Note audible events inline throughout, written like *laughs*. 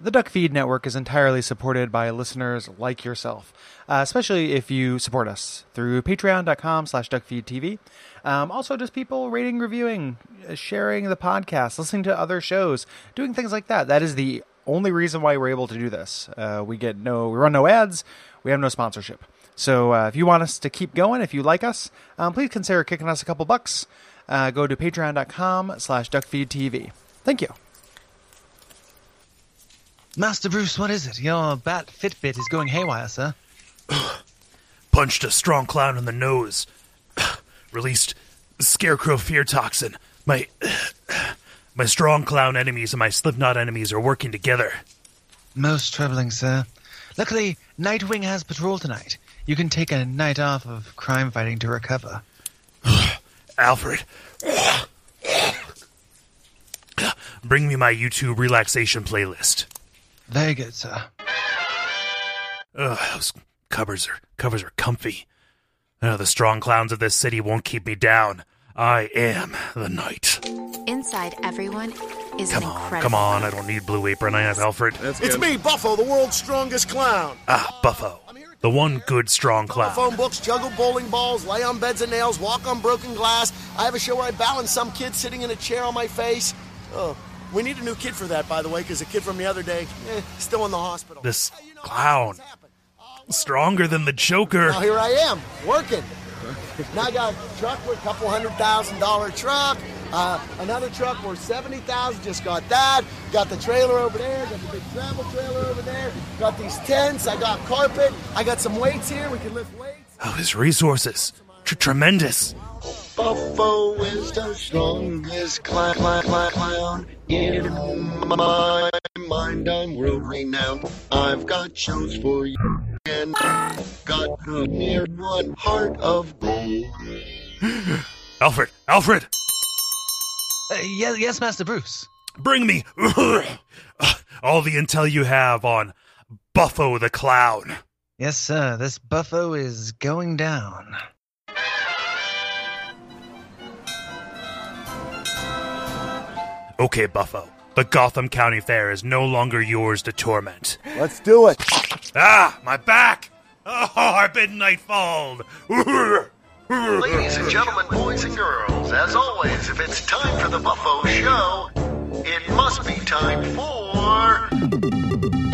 The Duck Feed Network is entirely supported by listeners like yourself, uh, especially if you support us through patreon.com slash duckfeedtv. Um, also, just people rating, reviewing, uh, sharing the podcast, listening to other shows, doing things like that. That is the only reason why we're able to do this. Uh, we get no, we run no ads, we have no sponsorship. So uh, if you want us to keep going, if you like us, um, please consider kicking us a couple bucks. Uh, go to patreon.com slash duckfeedtv. Thank you. Master Bruce, what is it? Your bat Fitbit is going haywire, sir. Punched a strong clown in the nose. *clears throat* Released scarecrow fear toxin. My my strong clown enemies and my slipknot enemies are working together. Most troubling, sir. Luckily, Nightwing has patrol tonight. You can take a night off of crime fighting to recover. Alfred, *clears throat* bring me my YouTube relaxation playlist. Very good, sir. Ugh, those covers are covers are comfy. Uh, the strong clowns of this city won't keep me down. I am the knight. Inside everyone is Come an on, incredible. come on. I don't need Blue Apron. I have Alfred. It's me, Buffo, the world's strongest clown. Ah, Buffo, the one good strong clown. Phone books, juggle bowling balls, lay on beds of nails, walk on broken glass. I have a show where I balance some kid sitting in a chair on my face. Oh, we need a new kid for that, by the way, because the kid from the other day, eh, still in the hospital. This Hey, you know, clown. it's happened. Stronger than the Joker. Now here I am, working. Now I got a truck with a couple hundred thousand dollar truck. Uh, another truck worth seventy thousand. Just got that. Got the trailer over there. Got the big travel trailer over there. Got these tents. I got carpet. I got some weights here. We can lift weights. Oh, his resources. Tr- tremendous. Buffo is the strongest clown, clown, clown, clown. In my mind, I'm world renowned. I've got shows for you, and I've got a near one heart of gold. Alfred, Alfred, Uh, yes, yes, Master Bruce. bring me *laughs* all the intel you have on Buffo the Clown. Yes, sir. This buffo is going down. Okay, Buffo. The Gotham County Fair is no longer yours to torment. Let's do it. Ah, my back! *laughs* Oh, I've been *laughs* nightfalled! Ladies and gentlemen, boys and girls, as always, if it's time for the Buffo Show, it must be time for.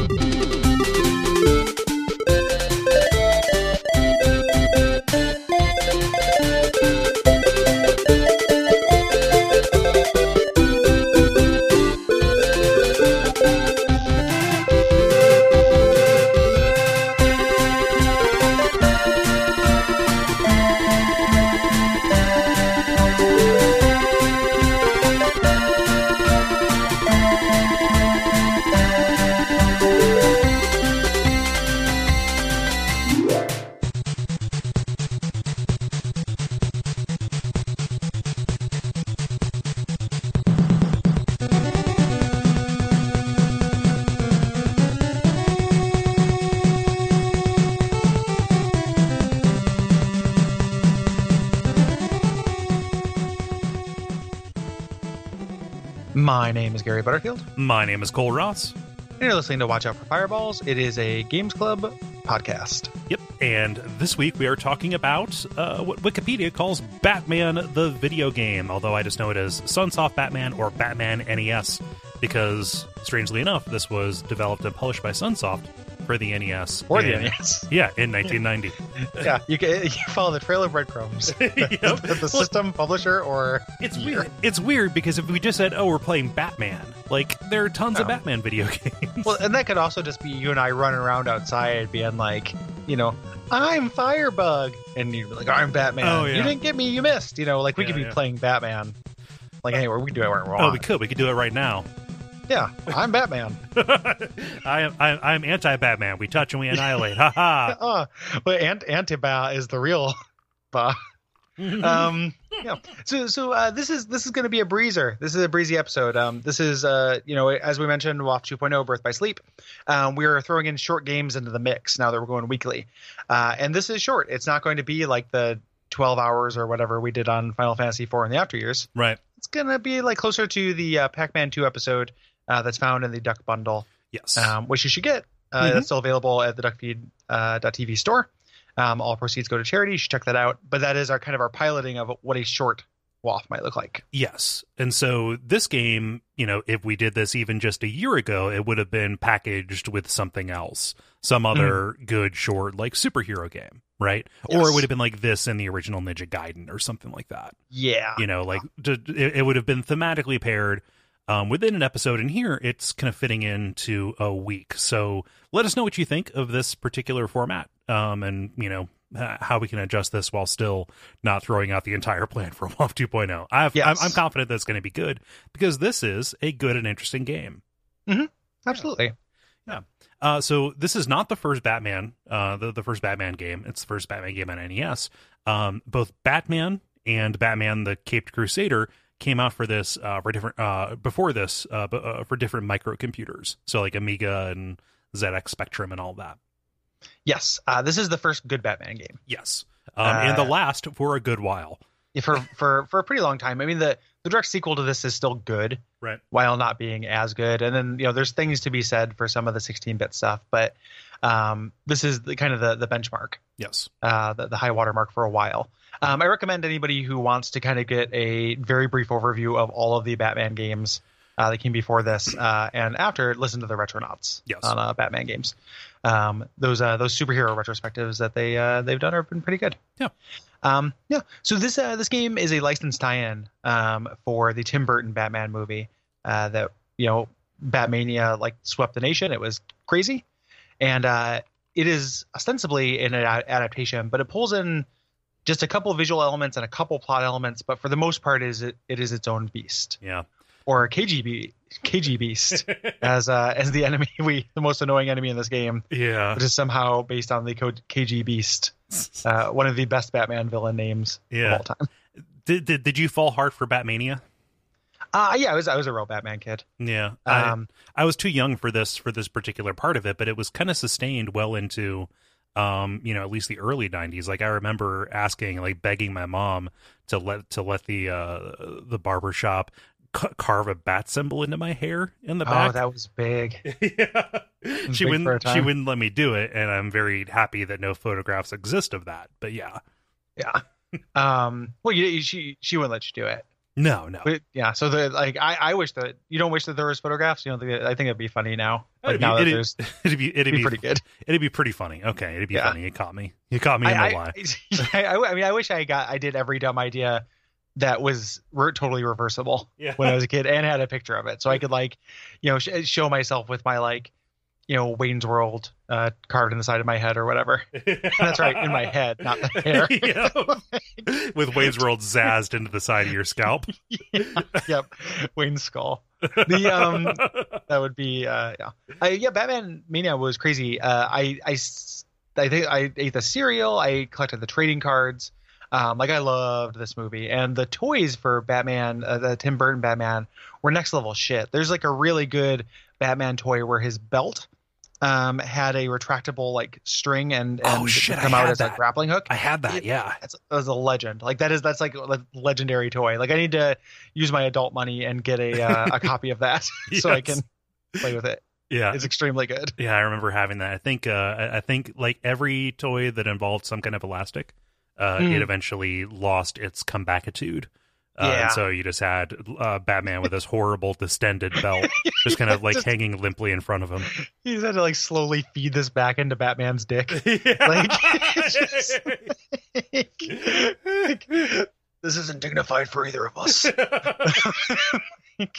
My name is Gary Butterfield. My name is Cole Ross. and You're listening to Watch Out for Fireballs. It is a Games Club podcast. Yep, and this week we are talking about uh, what Wikipedia calls Batman the video game, although I just know it as Sunsoft Batman or Batman NES, because strangely enough, this was developed and published by Sunsoft for the E NES. Or the in- NES. Yeah, in 1990. yeah, you can *laughs* you follow the trail of breadcrumbs. *laughs* Yep. the, *laughs* the system, publisher, or *laughs* It's weird. It's weird because if we just said, "Oh, we're playing Batman," like there are tons of Oh. Batman video *laughs* games. well, and that could also just be you and I running around outside, being like, you know, I'm Firebug, and you're like, I'm Batman. Oh, yeah. You didn't get me, you missed. You know, like we Yeah, could be yeah. playing Batman, like anywhere. We could do it where we're oh, we could. We could do it right now. *laughs* Yeah, I'm Batman. I am. I, I'm anti-Batman. We touch and we annihilate. Ha *laughs* *laughs* ha. Uh, but Ant- Antiba is the real *laughs* Ba. um, yeah. So, so uh, this is this is going to be a breezer. This is a breezy episode. Um, this is uh, you know, as we mentioned, WAF 2.0, Birth by Sleep. Um, we are throwing in short games into the mix now that we're going weekly, uh, and this is short. It's not going to be like the 12 hours or whatever we did on Final Fantasy 4 in the after years. Right. It's going to be like closer to the uh, Pac-Man 2 episode uh, that's found in the Duck Bundle. Yes. um, which you should get. Uh, That's still available at the duckfeed.tv uh, .tv store. Um, all proceeds go to charity. You should check that out. But that is our kind of our piloting of what a short WAF might look like. Yes. And so this game, you know, if we did this even just a year ago, it would have been packaged with something else, some other good short like superhero game, right? Or it Yes. would have been like this in the original Ninja Gaiden or something like that. Yeah. You know, like d- d- it, it would have been thematically paired um, within an episode. And here it's kind of fitting into a week. So let us know what you think of this particular format um, and, you know, h- how we can adjust this while still not throwing out the entire *laughs* plan for WoW 2.0. oh. I have, Yes. I'm, I'm confident that's going to be good because this is a good and interesting game. Absolutely. Uh, so this is not the first Batman, uh, the, the first Batman game. It's the first Batman game on NES. Um, both Batman and Batman: The Caped Crusader came out for this uh, for different uh, before this uh, b- uh, for different microcomputers. So like Amiga and ZX Spectrum and all that. Yes. Uh, this is the first good Batman game Yes, um, and the Uh, last for a good while. Yeah, for for for a pretty long time. I mean, the the direct sequel to this is still good, Right. While not being as good, and then you know, there's things to be said for some of the 16-bit stuff, but um, this is the kind of the the benchmark. Yes. uh, the, the high water mark for a while. Um, I recommend anybody who wants to kind of get a very brief overview of all of the Batman games uh, that came before *clears throat* this uh, and after. Listen to the Retronauts Yes. on uh, Batman games. Um, those uh, those superhero retrospectives that they uh, they've done have been pretty good. Yeah. Um, yeah. So this uh, this game is a licensed tie-in um, for the Tim Burton Batman movie uh, that you know Batmania like swept the nation. It was crazy, and uh, it is ostensibly an ad- adaptation, but it pulls in just a couple visual elements and a couple plot elements. But for the most part, is it, it is its own beast Yeah. or KGB KG *laughs* beast as uh, as the enemy *laughs* we the most annoying enemy in this game, Yeah. which is somehow based on the code KG beast, uh, one of the best Batman villain names Yeah. of all time. *laughs* Did, did did you fall hard for Batmania? Uh, yeah, I was I was a real Batman kid. Yeah. I- Um, I was too young for this for this particular part of it, but it was kind of sustained well into um, you know, at least the early 90s. Like I remember asking like begging my mom to let to let the uh the barber shop ca- carve a bat symbol into my hair in the oh, back. that was big. *laughs* yeah. big for She a wouldn't she time. wouldn't let me do it and I'm very happy that no photographs exist of that. But yeah. Yeah. *laughs* Um, well, you, you- she she wouldn't let you do it. No, no. But yeah, so the like I, I wish that you don't wish that there was photographs. You know, I think it'd be funny now. Like It'd be- now that it'd- there's *laughs* it'd be it'd it'd be be *laughs* pretty good. it'd be pretty funny. Okay, it'd be Yeah. funny. You caught me. You caught me in I, the lie. *laughs* I, I, I mean, I wish I got I did every dumb idea that was re- totally reversible *laughs* Yeah. when I was a kid and had a picture of it, so I could like, you know, sh- show myself with my like, you know, Wayne's World uh, carved in the side of my head or whatever. That's right, in my head, not the *laughs* hair. *laughs* Yep. With Wade's World zazzed into the side of your scalp. *laughs* yep, Wayne's skull. The *laughs* um, that would be uh yeah I, yeah batman mania was crazy uh i i s- I think i ate the cereal i collected the trading cards um like i loved this movie and the toys for batman uh, the tim burton batman were next level shit there's like a really good batman toy where his belt um had a retractable like string and, and Oh, shit, it would come I out had as that. a grappling hook I had that, yeah. that's, that was a legend. Like that is that's like a legendary toy. Like I need to use my adult money and get a uh, *laughs* a copy of that *laughs* so I Yes. Uh, can play with it. Yeah. It's extremely good. *laughs* yeah, I remember having that. I think uh I- I think like every toy that involved some kind of elastic, uh Mm. it eventually lost its comebackitude. Uh, and Yeah. so you just had uh, Batman with this horrible distended belt, *laughs* just kind of like Just- hanging limply in front of *laughs* him. You just had to like slowly feed this back into Batman's *laughs* dick. *laughs* Like, it's Like, this isn't dignified for either of us. yeah. *laughs*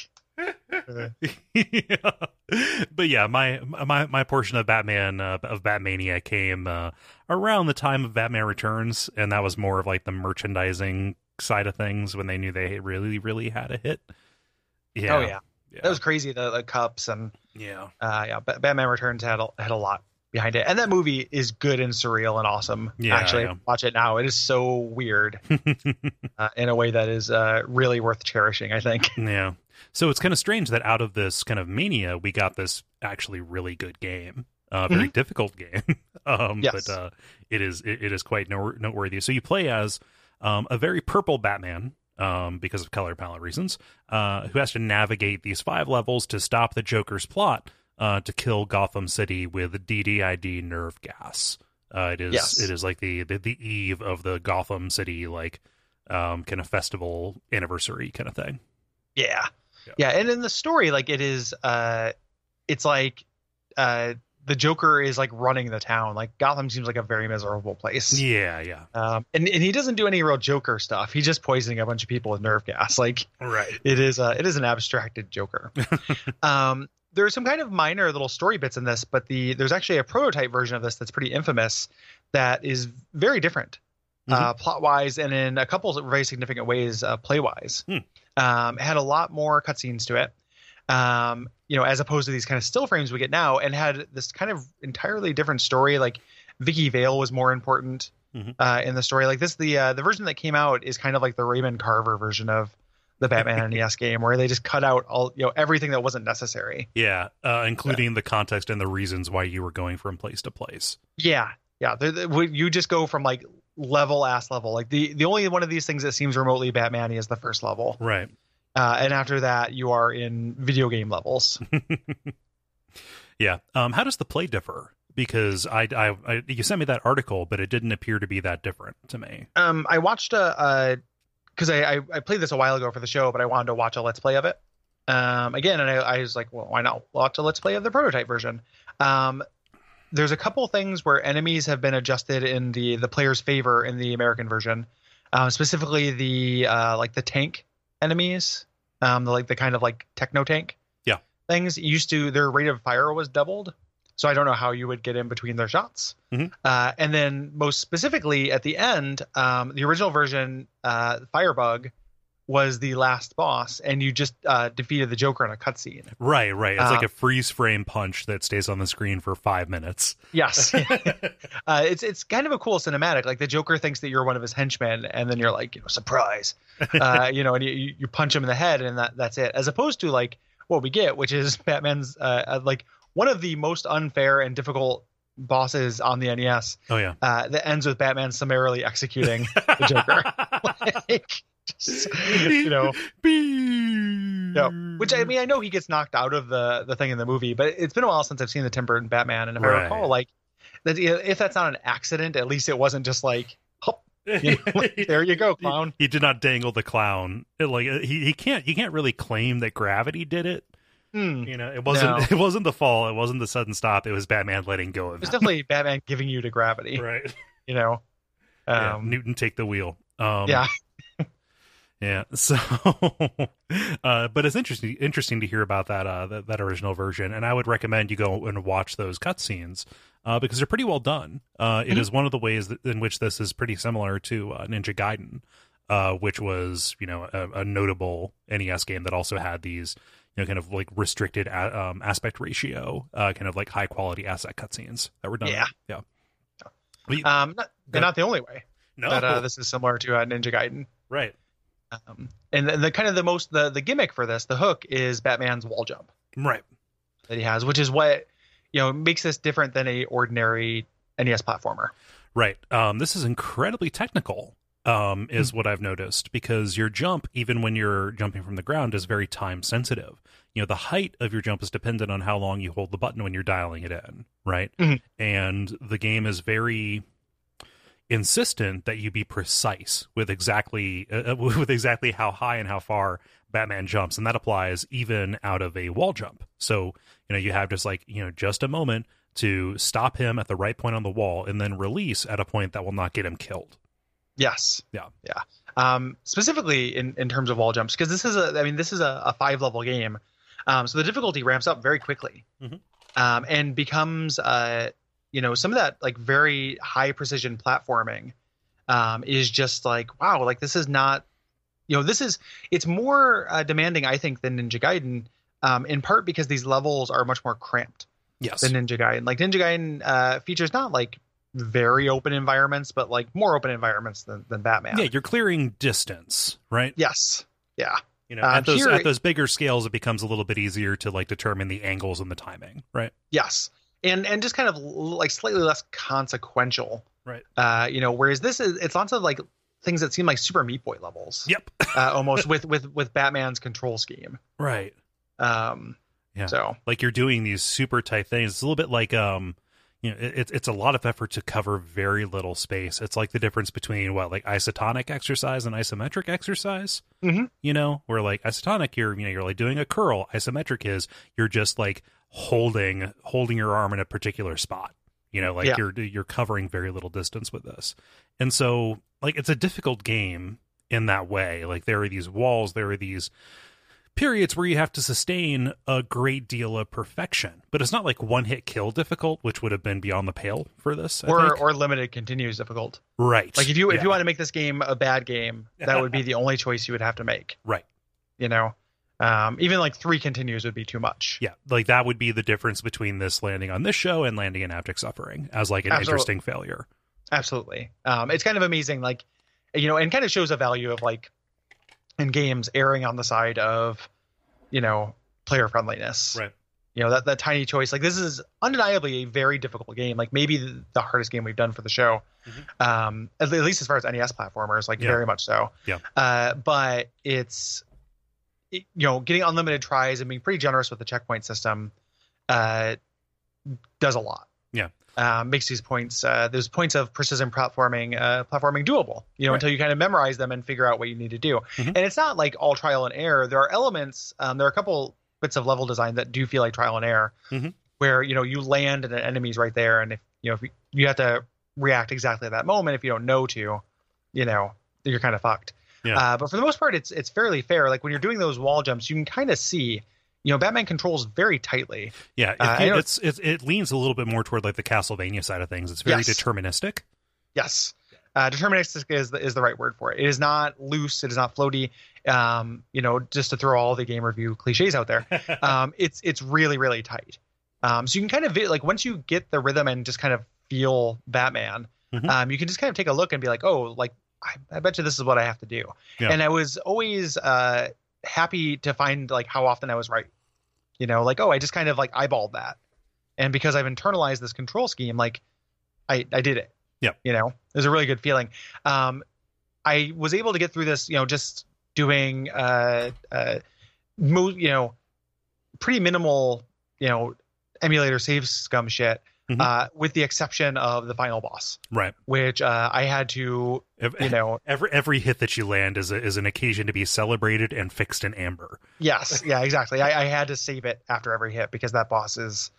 But yeah, my my my portion of Batman uh, of Batmania came uh, around the time of Batman Returns, and that was more of like the merchandising side of things when they knew they really really had a hit. *laughs* Yeah. Oh yeah, yeah, that was crazy. The, the cups and yeah. uh, yeah, Ba- Batman Returns had a, had a lot behind it, and that movie is good and surreal and awesome. Yeah, actually, yeah. watch it now. It is so weird. *laughs* uh, in a way that is uh, really worth cherishing, I think. Yeah. So it's kind of strange that out of this kind of mania, we got this actually really good game, uh, very difficult game. *laughs* um, Mm-hmm. Yes. But uh, it is it, it is quite nor- noteworthy. So you play as um, a very purple Batman. Um, because of color palette reasons, uh, who has to navigate these five levels to stop the Joker's plot uh, to kill Gotham City with DDID nerve gas. Uh, it is Yes. it is like the, the the eve of the Gotham City like um kind of festival anniversary kind of thing. Yeah. Yeah. yeah. And in the story, like it is uh it's like uh the Joker is like running the town. Like Gotham seems like a very miserable place. Yeah, yeah, Um and, and he doesn't do any real Joker stuff. He's just poisoning a bunch of people with nerve gas. Like right. it is uh it is an abstracted Joker. um there's some kind of minor little story bits in this, but the there's actually a prototype version of this that's pretty infamous that is very different uh, plot wise and in a couple of very significant ways uh, play wise. Hmm. Um, it had a lot more cutscenes to it, um, you know, as opposed to these kind of still frames we get now, and had this kind of entirely different story. Like Vicky Vale was more important Mhm. uh, in the story. Like this, the uh, the version that came out is kind of like the Raymond Carver version of the Batman NES game, where they just cut out all you know everything that wasn't necessary. Yeah, uh, including the context and the reasons why you were going from place to place. Yeah, yeah. They're, they would- you just go from like level ass level. Like the the only one of these things that seems remotely Batman is the first level, Right. uh, and after that you are in video game levels. Yeah. Um, how does the play differ? Because I, I, I, you sent me that article, but it didn't appear to be that different to me. um, I watched a because I, I I played this a while ago for the show, but I wanted to watch a let's play of it. Um, again, and I, I was like, well, why not watch a let's play of the prototype version? Um, there's a couple things where enemies have been adjusted in the the player's favor in the American version, um, specifically the uh, like the tank enemies, um, the like the kind of like techno tank. Yeah. Things used to their rate of fire was doubled, so I don't know how you would get in between their shots. Mhm. Uh, and then most specifically at the end, um, the original version, uh, Firebug, was the last boss, and you just uh, defeated the Joker in a cutscene. Right. Right. It's Uh, like a freeze frame punch that stays on the screen for five minutes. Yes, *laughs* uh, it's it's kind of a cool cinematic. Like the Joker thinks that you're one of his henchmen, and then you're like, you know, surprise, uh, you know, and you, you you punch him in the head, and that that's it. As opposed to like what we get, which is *laughs* Batman's uh, uh, like one of the most unfair and difficult bosses on the NES Oh yeah. uh, that ends with Batman summarily executing *laughs* the Joker. *laughs* like, just, *laughs* you know, Bee. Yeah, which *laughs* I mean, I know he gets knocked out of the the thing in the movie, but it's been a while since I've seen the Tim Burton Batman, and if Right. I recall, like that, if that's not an accident, at least it wasn't just like, hop, you know, like, there you *laughs* go, clown. He did not dangle the clown. It, like uh, he, he can't he can't really claim that gravity did it. Hmm. You know, it wasn't No. *laughs* it wasn't the fall. It wasn't the sudden stop. It was Batman letting go of It's it. definitely Batman giving you to gravity, Right. you know. Yeah, Um, Newton take the wheel. Um, yeah. Yeah. *laughs* So, uh, but it's interesting interesting to hear about that, uh, that that original version, and I would recommend you go and watch those cutscenes uh, because they're pretty well done. Uh, Mm-hmm. it is one of the ways that, in which this is pretty similar to uh, Ninja Gaiden, uh, which was you know a, a notable NES game that also had these you know kind of like restricted a- um, aspect ratio, uh, kind of like high quality asset cutscenes that were done. Yeah. Yeah. We- Um, not, Go- they're not the only way no. that uh, this is similar to uh, Ninja Gaiden. right. Um, and the, the kind of the most the, the gimmick for this, the hook is Batman's wall jump. Right. that he has, which is what you know makes this different than a ordinary NES platformer. Right. Um, this is incredibly technical, um, is what I've noticed, because your jump, even when you're jumping from the ground, is very time sensitive. You know, the height of your jump is dependent on how long you hold the button when you're dialing it in, right? Mhm. And the game is very insistent that you be precise with exactly uh, *laughs* uh, with exactly how high and how far Batman jumps, and that applies even out of a wall jump. So you know you have just like you know just a moment to stop him at the right point on the wall and then release at a point that will not get him killed. Yes. Yeah. Yeah. Um, specifically in, in terms of wall jumps, because this is a I mean this is a, a five level game, um, so the difficulty ramps up very quickly, Mhm. um, and becomes uh, you know some of that like very high precision platforming um, is just like wow like this is not you know this is it's more uh, demanding I think than Ninja Gaiden. Um, in part because these levels are much more cramped. Yes. than Ninja Gaiden. Like Ninja Gaiden uh, features not like very open environments, but like more open environments than, than Batman. yeah, you're clearing distance, right? Yes. Yeah. You know, Uh, at those here- at those bigger scales, it becomes a little bit easier to like determine the angles and the timing, right? Yes. And and just kind of l- like slightly less consequential. Right. Uh, you know, whereas this is it's lots of like things that seem like Super Meat Boy levels. Yep. Uh, almost with with with Batman's control scheme. Right. Um. Yeah. So like you're doing these super tight things. It's a little bit like um, you know, it, it's- it's a lot of effort to cover very little space. It's like the difference between what like isotonic exercise and isometric exercise. Mhm. You know, where like isotonic, you're you know you're like doing a curl. Isometric is you're just like holding holding your arm in a particular spot. You know, like Yeah. you're you're covering very little distance with this, and so like it's a difficult game in that way. Like there are these walls, there are these periods where you have to sustain a great deal of perfection. But it's not like one hit kill difficult, which would have been beyond the pale for this. I or think. or limited continues difficult. right. Like if you if Yeah. you want to make this game a bad game, that *laughs* would be the only choice you would have to make. right. You know, um, even like three continues would be too much. Yeah. Like that would be the difference between this landing on this show and landing in Abject Suffering as like an Absolutely. interesting failure. Absolutely. Um, it's kind of amazing, like you know, and kind of shows the value of like in games erring on the side of you know player friendliness. Right. You know that that tiny choice. Like this is undeniably a very difficult game. Like maybe the- the hardest game we've done for the show. Um, at, at least as far as NES platformers, like Mm-hmm. Yeah. very much so. Yeah. Uh, but it's it- you know getting unlimited tries and being pretty generous with the checkpoint system uh, does a lot um, makes these points uh, those points of precision platforming uh, platforming doable you know until you kind of memorize them and figure out what you need to do and it's not like all trial and error there are elements um, there are a couple bits of level design that do feel like trial and error Mhm. where you know you land and the enemy's right there and if you know if you, you have to react exactly at that moment if you don't know to you know you're kind of fucked Yeah. uh, but for the most part it's it's fairly fair like when you're doing those wall jumps you can kind of see you know batman controls very tightly Yeah. If Uh, I you- don't- it's, it, it leans a little bit more toward like the Castlevania side of things. It's very Yes. deterministic. Yes. Uh, deterministic is the, is the right word for it. It is not loose. It is not floaty. Um, you know, just to throw all the game review cliches out there, um, it's it's really really tight. Um, so you can kind of vi- like once you get the rhythm and just kind of feel Batman, Mhm. um, you can just kind of take a look and be like, oh, like I, I bet you this is what I have to do. Yeah. And I was always uh, happy to find like how often I was right. You know, like oh, I just kind of like eyeballed that, and because I've internalized this control scheme, like I I did it. Yeah. You know, it was a really good feeling. Um, I was able to get through this, you know, just doing uh uh, mo- you know, pretty minimal, you know, emulator save scum shit. Mhm. Uh, with the exception of the final boss, Right. which uh, I had to, Ev- you know, Every every hit that you land is a, is an occasion to be celebrated and fixed in amber. Yes, yeah, exactly. I, I had to save it after every hit because that boss is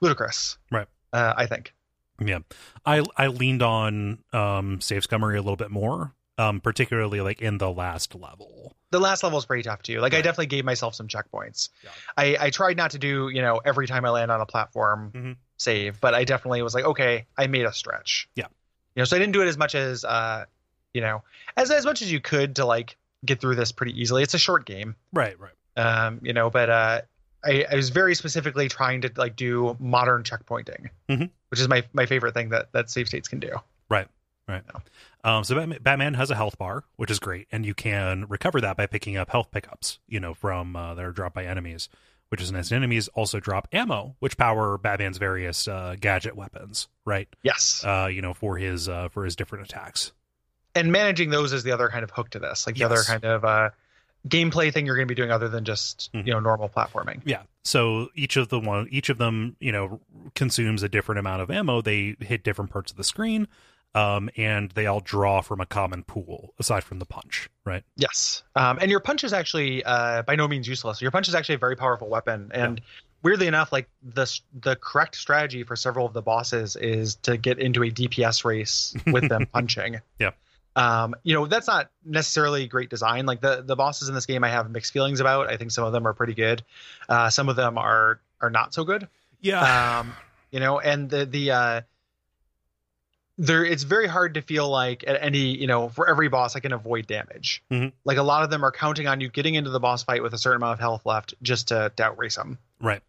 ludicrous. Right. Uh, I think. Yeah. I I leaned on um save scummery a little bit more, um particularly like in the last level. The last level is pretty tough too. Like I definitely gave myself some checkpoints. Yeah. I, I tried not to do, you know, every time I land on a platform Mhm. save, but I definitely was like, okay, I made a stretch. Yeah. You know, so I didn't do it as much as uh, you know, as as much as you could to like get through this pretty easily. It's a short game. Right, right. Um, you know, but uh I, I was very specifically trying to like do modern checkpointing, Mhm. which is my my favorite thing that that save states can do. Right. Right. Um so Batman, Batman has a health bar, which is great, and you can recover that by picking up health pickups, you know, from uh, that are dropped by enemies, which is nice. And enemies also drop ammo, which power Batman's various uh gadget weapons, right? Yes. Uh you know, for his uh for his different attacks. and managing those is the other kind of hook to this, like the other Yes. kind of uh, gameplay thing you're going to be doing other than just Mhm. you know normal platforming. Yeah. So each of the one, each of them, you know, consumes a different amount of ammo. They hit different parts of the screen, um, and they all draw from a common pool, aside from the punch, right? Yes, um, and your punch is actually uh, by no means useless. Your punch is actually a very powerful weapon, and weirdly enough, like the s- the correct strategy for several of the bosses is to get into a DPS race *laughs* with them punching. Yeah. Um, you know that's not necessarily great design. Like the the bosses in this game, I have mixed feelings about. I think some of them are pretty good, uh, some of them are are not so good. Yeah. um you know and the the uh there it's very hard to feel like at any you know for every boss i can avoid damage Mhm. like a lot of them are counting on you getting into the boss fight with a certain amount of health left just to, to outrace them right.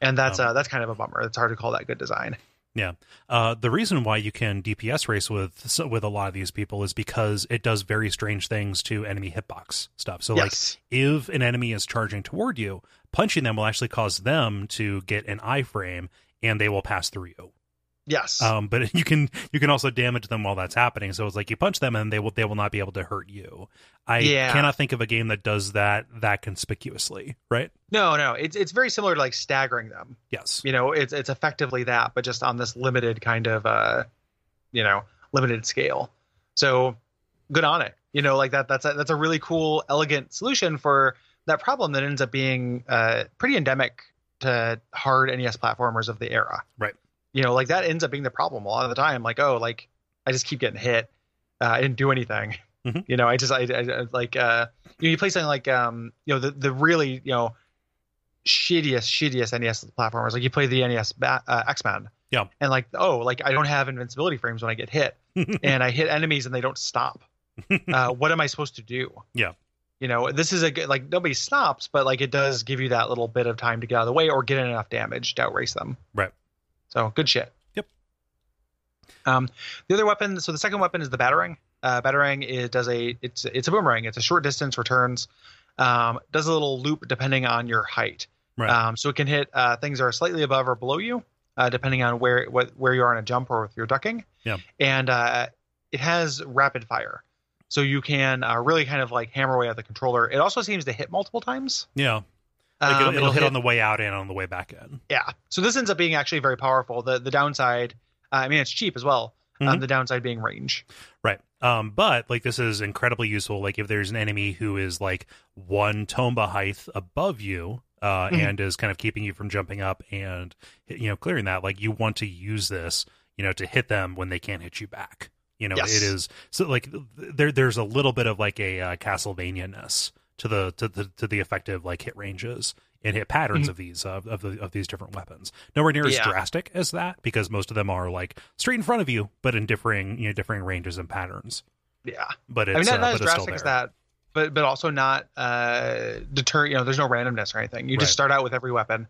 and that's Um, uh that's kind of a bummer it's hard to call that good design Yeah. Uh, the reason why you can DPS race with so with a lot of these people is because it does very strange things to enemy hitbox stuff. So like yes if an enemy is charging toward you, punching them will actually cause them to get an iframe and they will pass through you. Yes. Um, but *laughs* you can you can also damage them while that's happening. So it's like you punch them and they will they will not be able to hurt you. I Yeah. cannot think of a game that does that that conspicuously, right? no, no. It's it's very similar to like staggering them. Yes. You know, it's it's effectively that, but just on this limited kind of uh, you know, limited scale. So good on it. You know, like that that's a that's a really cool, elegant solution for that problem that ends up being uh pretty endemic to hard NES platformers of the era. Right. You know, like that ends up being the problem a lot of the time. Like, oh, like I just keep getting hit. Uh, I didn't do anything. Mhm. You know, I just I, I I- like uh you, know, you play something like um you know the the really you know shittiest shittiest NES platformers like you play the NES ba- uh, X Men Yeah. and like oh like I don't have invincibility frames when I get *laughs* hit and I hit enemies and they don't stop uh, what am I supposed to do Yeah. you know this is a good like nobody stops but like it does give you that little bit of time to get out of the way or get in enough damage to outrace them Right. so good shit. Yep. Um, the other weapon. So the second weapon is the batarang. Uh, batarang is, does a it's it's a boomerang. It's a short distance returns. Um, does a little loop depending on your height. Right. Um, so it can hit uh, things that are slightly above or below you, uh, depending on where what, where you are in a jump or if you're ducking. Yeah. And uh, it has rapid fire, so you can uh, really kind of like hammer away at the controller. It also seems to hit multiple times. Yeah. Like Um, it'll, it'll, hit, on the way out and on the way back in. yeah. So this ends up being actually very powerful. The the downside, uh, I mean, it's cheap as well. Um, Mhm. the downside being range. Right. Um, but like this is incredibly useful. Like if there's an enemy who is like one tomba height above you, uh, Mhm. and is kind of keeping you from jumping up and you know clearing that, like you want to use this, you know, to hit them when they can't hit you back. You know, Yes. it is so like th- there there's a little bit of like a uh, Castlevania ness to the to the to the effective like hit ranges and hit patterns of these uh, of the of these different weapons. Nowhere near as Yeah. drastic as that because most of them are like straight in front of you, but in differing you know differing ranges and patterns. Yeah. But I mean, it's not, uh, not but as it's still drastic there. as that, but but also not uh, deter. You know, there's no randomness or anything. You Right. just start out with every weapon,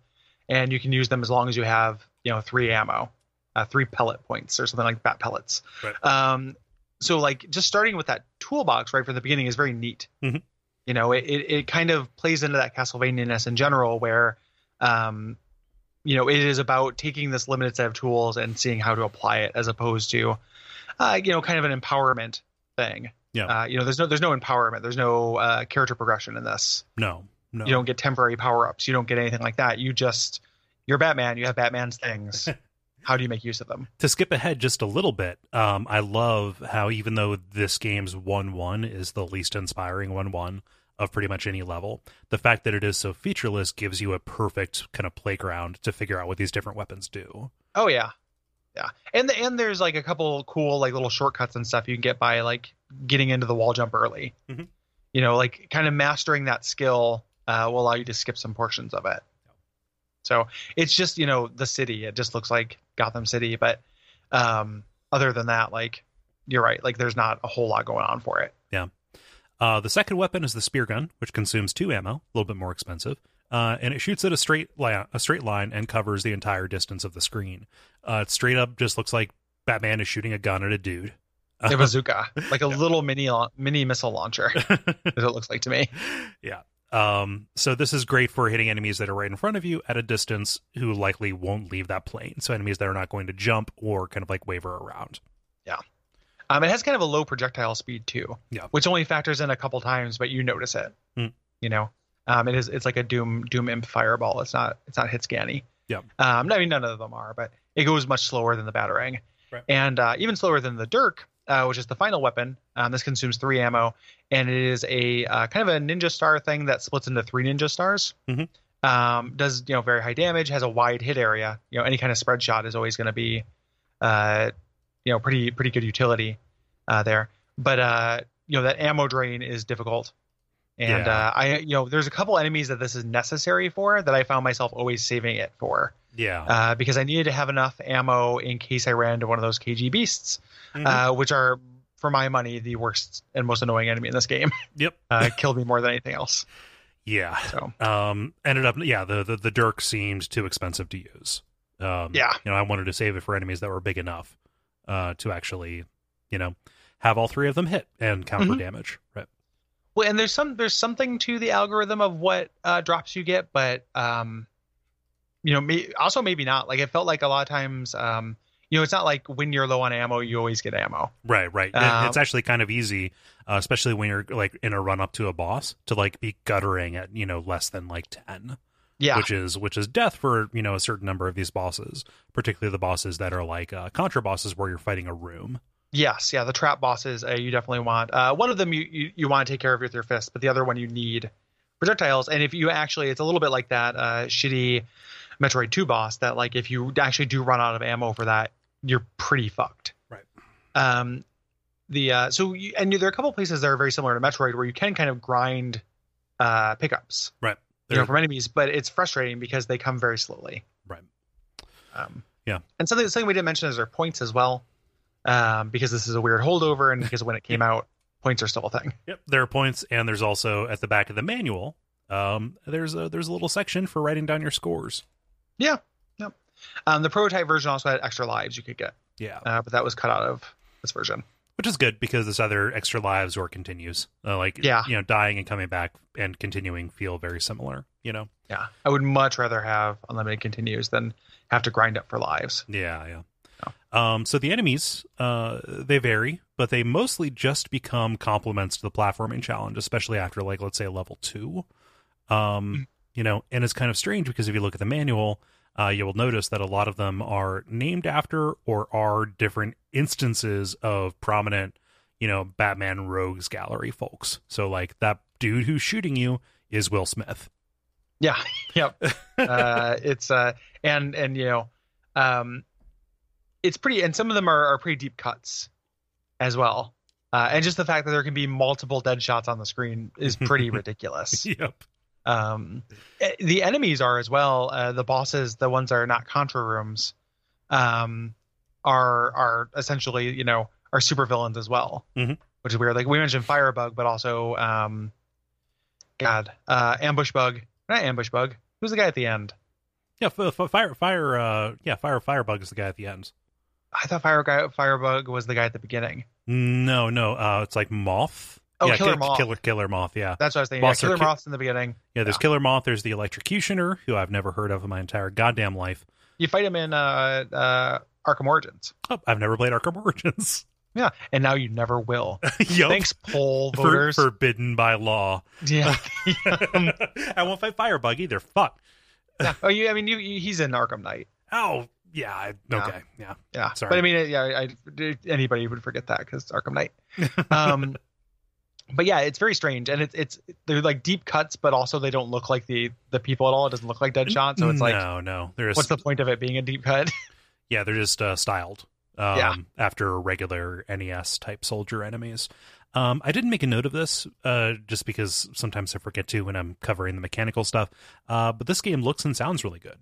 and you can use them as long as you have you know three ammo, uh, three pellet points or something like that pellets. Right. Um, so like just starting with that toolbox right from the beginning is very neat. Mhm. You know, it, it it kind of plays into that Castlevania-ness in general, where um, you know, it is about taking this limited set of tools and seeing how to apply it, as opposed to, uh, you know, kind of an empowerment thing. Yeah. Uh, you know, there's no there's no empowerment. There's no uh, character progression in this. No, no. You don't get temporary power ups. You don't get anything like that. You just you're Batman. You have Batman's things. how do you make use of them? to skip ahead just a little bit, um, I love how even though this game's one one is the least inspiring one one of pretty much any level, the fact that it is so featureless gives you a perfect kind of playground to figure out what these different weapons do. Oh yeah, yeah. And the, and there's like a couple cool like little shortcuts and stuff you can get by like getting into the wall jump early. Mhm. You know, like kind of mastering that skill uh, will allow you to skip some portions of it. So it's just you know the city. It just looks like Gotham City, but um, other than that, like you're right. Like there's not a whole lot going on for it. Uh, the second weapon is the spear gun, which consumes two ammo, a little bit more expensive, uh, and it shoots at a straight li- a straight line and covers the entire distance of the screen. Uh, it straight up just looks like Batman is shooting a gun at a dude. A bazooka, like a little mini la- mini missile launcher, is what it looks like to me. yeah. Um, so this is great for hitting enemies that are right in front of you at a distance who likely won't leave that plane. So enemies that are not going to jump or kind of like waver around. Um, it has kind of a low projectile speed too, Yeah. which only factors in a couple times, but you notice it. Hmm. You know, um, it is it's like a Doom Doom Imp Fireball. It's not it's not hit scanny. Yeah. Um, I mean, none of them are, but it goes much slower than the Batarang, Right. and uh, even slower than the Dirk, uh, which is the final weapon. Um, this consumes three ammo, and it is a uh, kind of a ninja star thing that splits into three ninja stars. Mhm. Um, does you know very high damage, has a wide hit area. You know, any kind of spread shot is always going to be, uh, you know, pretty pretty good utility uh, there. But uh, you know that ammo drain is difficult, and Yeah. uh, I you know there's a couple enemies that this is necessary for that I found myself always saving it for Yeah. uh, because I needed to have enough ammo in case I ran into one of those KG beasts, Mm-hmm. uh, which are for my money the worst and most annoying enemy in this game. *laughs* yep. Uh, killed me more than anything else. Yeah. So Um, ended up, yeah, the, the, the Dirk seemed too expensive to use. Um, Yeah. You know, I wanted to save it for enemies that were big enough, uh, to actually, you know, have all three of them hit and count for Mhm. damage. Right. well, and there's some there's something to the algorithm of what uh, drops you get, but um, you know, me also maybe not. Like it felt like a lot of times, um, you you know, it's not like when you're low on ammo, you always get ammo. Right, right. It- Um, it's actually kind of easy, uh, especially when you're like in a run up to a boss, to like be guttering at you know less than like ten, Yeah. which is which is death for you know a certain number of these bosses, particularly the bosses that are like uh, contra bosses where you're fighting a room. Yes, yeah, the trap bosses uh, you definitely want. Uh, one of them you, you, you want to take care of with your fist, but the other one you need projectiles. And if you actually, it's a little bit like that uh, shitty Metroid Two boss that like if you actually do run out of ammo for that, you're pretty fucked. Right. Um, the uh, so you, and there are a couple places that are very similar to Metroid where you can kind of grind uh, pickups, Right. you know, They're- from enemies, but it's frustrating because they come very slowly. right. Um, Yeah. And something something we didn't mention is their points as well, um, because this is a weird holdover, and because when it *laughs* came out, points are still a thing. Yep. There are points, and there's also at the back of the manual. Um, there's a there's a little section for writing down your scores. Yeah. Yep. Um, the prototype version also had extra lives you could get, Yeah, uh, but that was cut out of this version. which is good because this other extra lives or continues, uh, like Yeah. you know, dying and coming back and continuing feel very similar. You know. Yeah. I would much rather have unlimited continues than have to grind up for lives. Yeah, yeah. Um, so the enemies, uh, they vary, but they mostly just become complements to the platforming challenge, especially after like let's say level two. Um, you know, and it's kind of strange because if you look at the manual, uh, you will notice that a lot of them are named after or are different instances of prominent, you know, Batman rogues gallery folks. So like that dude who's shooting you is Will Smith. *laughs* Yeah. *laughs* yep. Uh, it's uh, and and you know, um, it's pretty, and some of them are, are pretty deep cuts, as well. Uh, and just the fact that there can be multiple dead shots on the screen is pretty ridiculous. yep. um eh, the enemies are as well uh, the bosses the ones that are not contra rooms um are are essentially you know are super villains as well Mhm. which is weird like we mentioned firebug but also um god uh ambush bug not ambush bug who's the guy at the end Yeah, f- f- fire, fire, uh, yeah, fire, firebug is the guy at the end. i thought fire guy firebug was the guy at the beginning No, no. Uh, it's like moth. Oh, yeah, Killer kill- Moth. Killer, killer moth. Yeah, that's what i was thinking yeah, Boss or killer ki- moths in the beginning yeah. There's Yeah. killer moth. There's the electrocutioner, who I've never heard of in my entire goddamn life. you fight him in uh uh arkham origins Oh, I've never played Arkham Origins. *laughs* yeah and now you never will Yup. thanks poll For- voters forbidden by law. *laughs* *laughs* yeah I won't fight Firebug either. Fuck. Oh, you. I mean, you, you. He's in Arkham Knight. Oh, yeah. I- Okay. Yeah. Yeah. Sorry. But I mean, yeah. I, I- anybody would forget that because Arkham *laughs* Knight. Um, but yeah, it's very strange, and it's it's they're like deep cuts, but also they don't look like the the people at all. It doesn't look like Deadshot, so it's like, no, no. They're just, what's the point of it being a deep cut? yeah, they're just uh, styled um, Yeah. after regular NES type soldier enemies. Um, I didn't make a note of this uh, just because sometimes I forget to when I'm covering the mechanical stuff. Uh, but this game looks and sounds really good.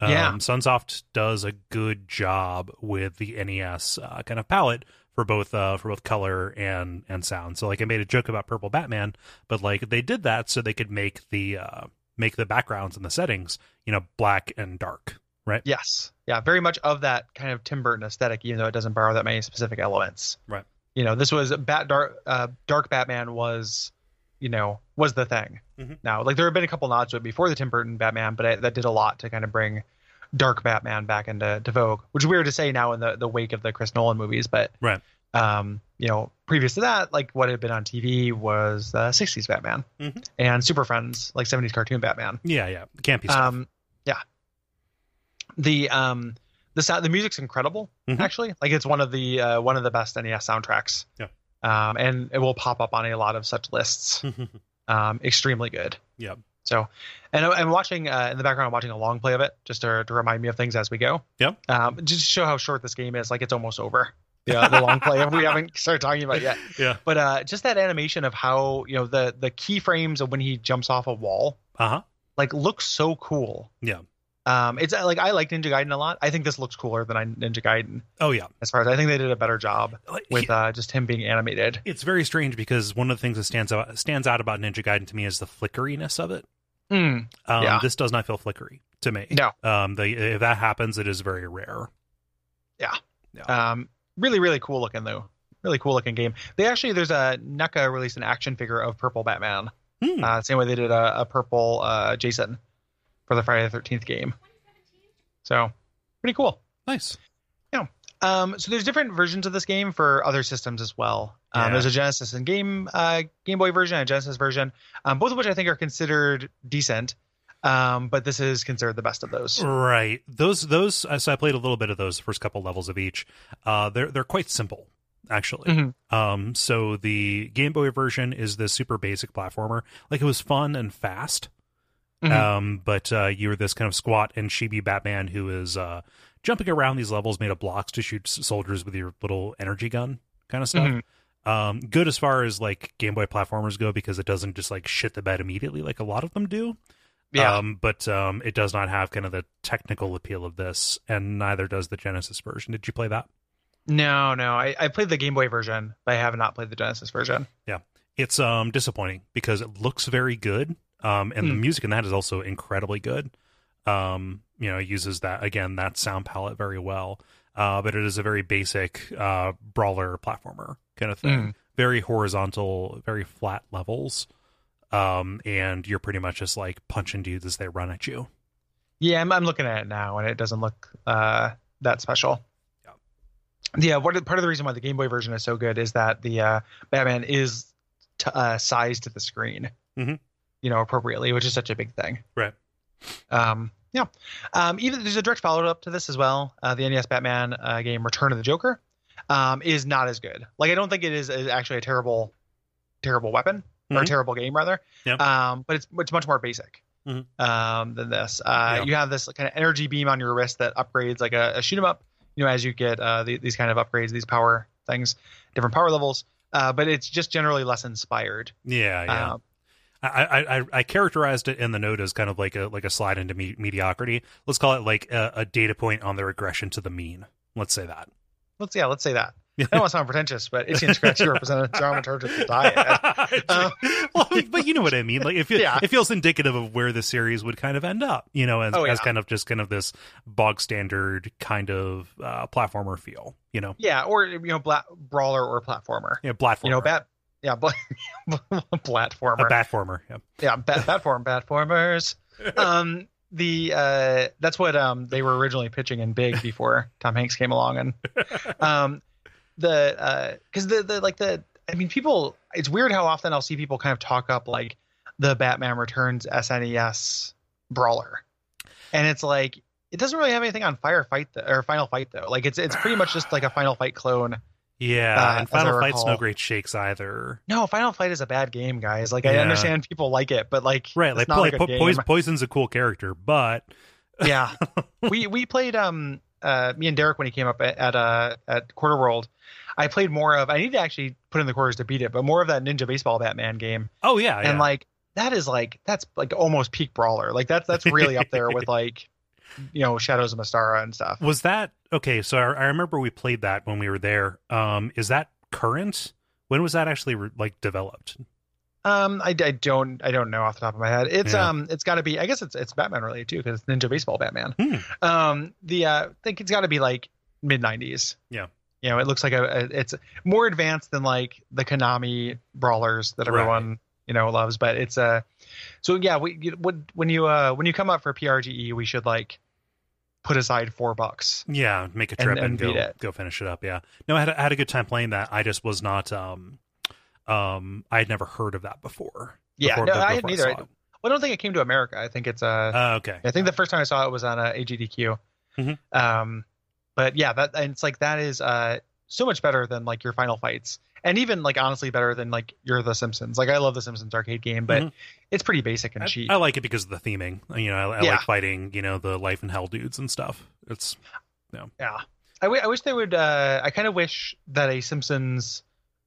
Um, Yeah. Sunsoft does a good job with the NES uh, kind of palette for both uh, for both color and and sound. So like I made a joke about Purple Batman, but like they did that so they could make the uh, make the backgrounds and the settings you know black and dark, right? yes. Yeah. Very much of that kind of Tim Burton aesthetic, even though it doesn't borrow that many specific elements. Right. You know, this was Bat Dark. Uh, Dark Batman was, you know, was the thing. Mhm. Now, like there have been a couple nods to it before the Tim Burton Batman, but it, that did a lot to kind of bring Dark Batman back into to vogue, which is weird to say now in the the wake of the Chris Nolan movies, but Right. Um, you know, previous to that, like what had been on TV was uh, '60s Batman Mhm. and Super Friends, like '70s cartoon Batman Yeah, yeah, campy stuff. um yeah the um the sound the music's incredible Mhm. actually like it's one of the uh, one of the best nes soundtracks Yeah. um and it will pop up on a lot of such lists um extremely good Yep. so and I- i'm watching uh, in the background i'm watching a long play of it just to, to remind me of things as we go Yep. um just to show how short this game is like it's almost over yeah *laughs* the long play we haven't started talking about it yet yeah. but uh just that animation of how you know the the keyframes of when he jumps off a wall Uh huh. like looks so cool. Yeah. Um, it's uh, like I like Ninja Gaiden a lot. I think this looks cooler than I, Ninja Gaiden. Oh yeah. As far as I think they did a better job Like, with he- uh, just him being animated. it's very strange because one of the things that stands out stands out about Ninja Gaiden to me is the flickeriness of it. Mm, Um, Yeah. This does not feel flickery to me. No. Um, the, if that happens, it is very rare. um, really, really cool looking though. Really cool looking game. They actually there's a NECA released an action figure of Purple Batman. Hmm. Uh, same way they did a, a Purple uh, Jason for the Friday the Thirteenth game. So pretty cool. nice. Um, so there's different versions of this game for other systems as well. Um, Yeah. There's a Genesis and game uh, Game Boy version and a Genesis version, um, both of which I think are considered decent. Um, but this is considered the best of Uh, those. Right. Those those uh, so I played a little bit of those the first couple levels of each. Uh they're they're quite simple actually. Mhm. Um so the Game Boy version is the super basic platformer. Like it was fun and fast. Mhm. Um but uh you're this kind of squat and chibi Batman who is uh jumping around these levels made of blocks to shoot s- soldiers with your little energy gun kind of stuff. Um good as far as like Game Boy platformers go because it doesn't just like shit the bed immediately like a lot of them do. Yeah. Um, but um, it does not have kind of the technical appeal of this, and neither does the Genesis version. Did you play that? no, no, I, I played the Game Boy version, but I have not played the Genesis version. It's um, disappointing because it looks very good, um, and the Hmm. music in that is also incredibly good. Um, you know, it uses that again that sound palette very well, uh, but it is a very basic uh, brawler platformer kind of thing. Hmm. Very horizontal, very flat levels, um, and you're pretty much just like punching dudes as they run at you. Yeah, I'm, I'm looking at it now, and it doesn't look uh, that special. Yeah, what, part of the reason why the Game Boy version is so good is that the uh, Batman is t- uh, sized to the screen, Mhm. you know, appropriately, which is such a big thing. Right. Um, yeah. Um, even there's a direct follow up to this as well. Uh, the NES Batman uh, game Return of the Joker um, is not as good. Like, I don't think it is, is actually a terrible, terrible weapon or a Mhm. terrible game rather. Yep. Um, but it's it's much more basic Mhm. um, than this. Uh, Yeah. You have this kind of energy beam on your wrist that upgrades like a, a shoot 'em up. You know, as you get uh, the, these kind of upgrades, these power things, different power levels. Uh, but it's just generally less inspired. Yeah, yeah. Um, I, I, I- I characterized it in the note as kind of like a like a slide into me- mediocrity. Let's call it like a, a data point on the regression to the mean. Let's say that. let's yeah, let's say *laughs* that. I don't want to sound pretentious, but it seems scratchy represent a *laughs* dramaturgical diet. Uh, well, but you know what I mean. Like, it, feel, Yeah. it feels indicative of where the series would kind of end up. You know, as, Oh, as yeah. kind of just kind of this bog standard kind of uh, platformer feel. You know, Yeah, or you know, bla- brawler or platformer. yeah, platformer. You know, bat. Yeah, bla- *laughs* platformer. a batformer. Yeah. yeah bad, bad form bad *laughs* formers um the uh that's what um they were originally pitching in big before tom hanks came along and um the uh because the the like the i mean people it's weird how often i'll see people kind of talk up like the batman returns snes brawler and it's like it doesn't really have anything on firefight th- or final fight though like it's it's pretty much just like a final fight clone Yeah, Uh, and as I Final Fight's no recall- great shakes either. no final fight is a bad game guys like i Yeah. understand people like it but like Right, it's like, not like a po- good game. Poison- Poison's a cool character, but yeah *laughs* we we played um uh me and derek when he came up at, at uh at quarter world i played more of i need to actually put in the quarters to beat it but more of that ninja baseball batman game oh yeah, and yeah. like that is like that's like almost peak brawler like that's that's really up there *laughs* with like you know shadows of mastara and stuff Was that okay? So I, I remember we played that when we were there. Um, is that current? When was that actually re- like developed? um I, I don't i don't know off the top of my head it's Yeah. um it's got to be i guess it's it's batman related too because it's ninja baseball batman Hmm. um the uh i think it's got to be like mid 90s Yeah. you know it looks like a, a it's more advanced than like the konami brawlers that Right. everyone you know loves but it's uh so yeah we you- when when you uh when you come up for prge E, we should like put aside four bucks Yeah, make a And- trip and, and go beat it. go finish it up. Yeah, no, I had, a- I had a good time playing that. I just was not. Um, um, I had never heard of that before. Yeah, before, no, be- I had before neither. saw it. well, i don't think it came to america i think it's uh Uh, okay, I think the first time I saw it was on uh, AGDQ. Mhm. Um, but yeah, that and it's like that is uh so much better than like your final fights, and even like honestly better than like you're the Simpsons. Like I love the Simpsons arcade game, but Mhm. it's pretty basic and I, cheap. I like it because of the theming. You know, I, I Yeah. like fighting. You know, the life and hell dudes and stuff. It's yeah, I wi- I wish they would. Uh, I kind of wish that a Simpsons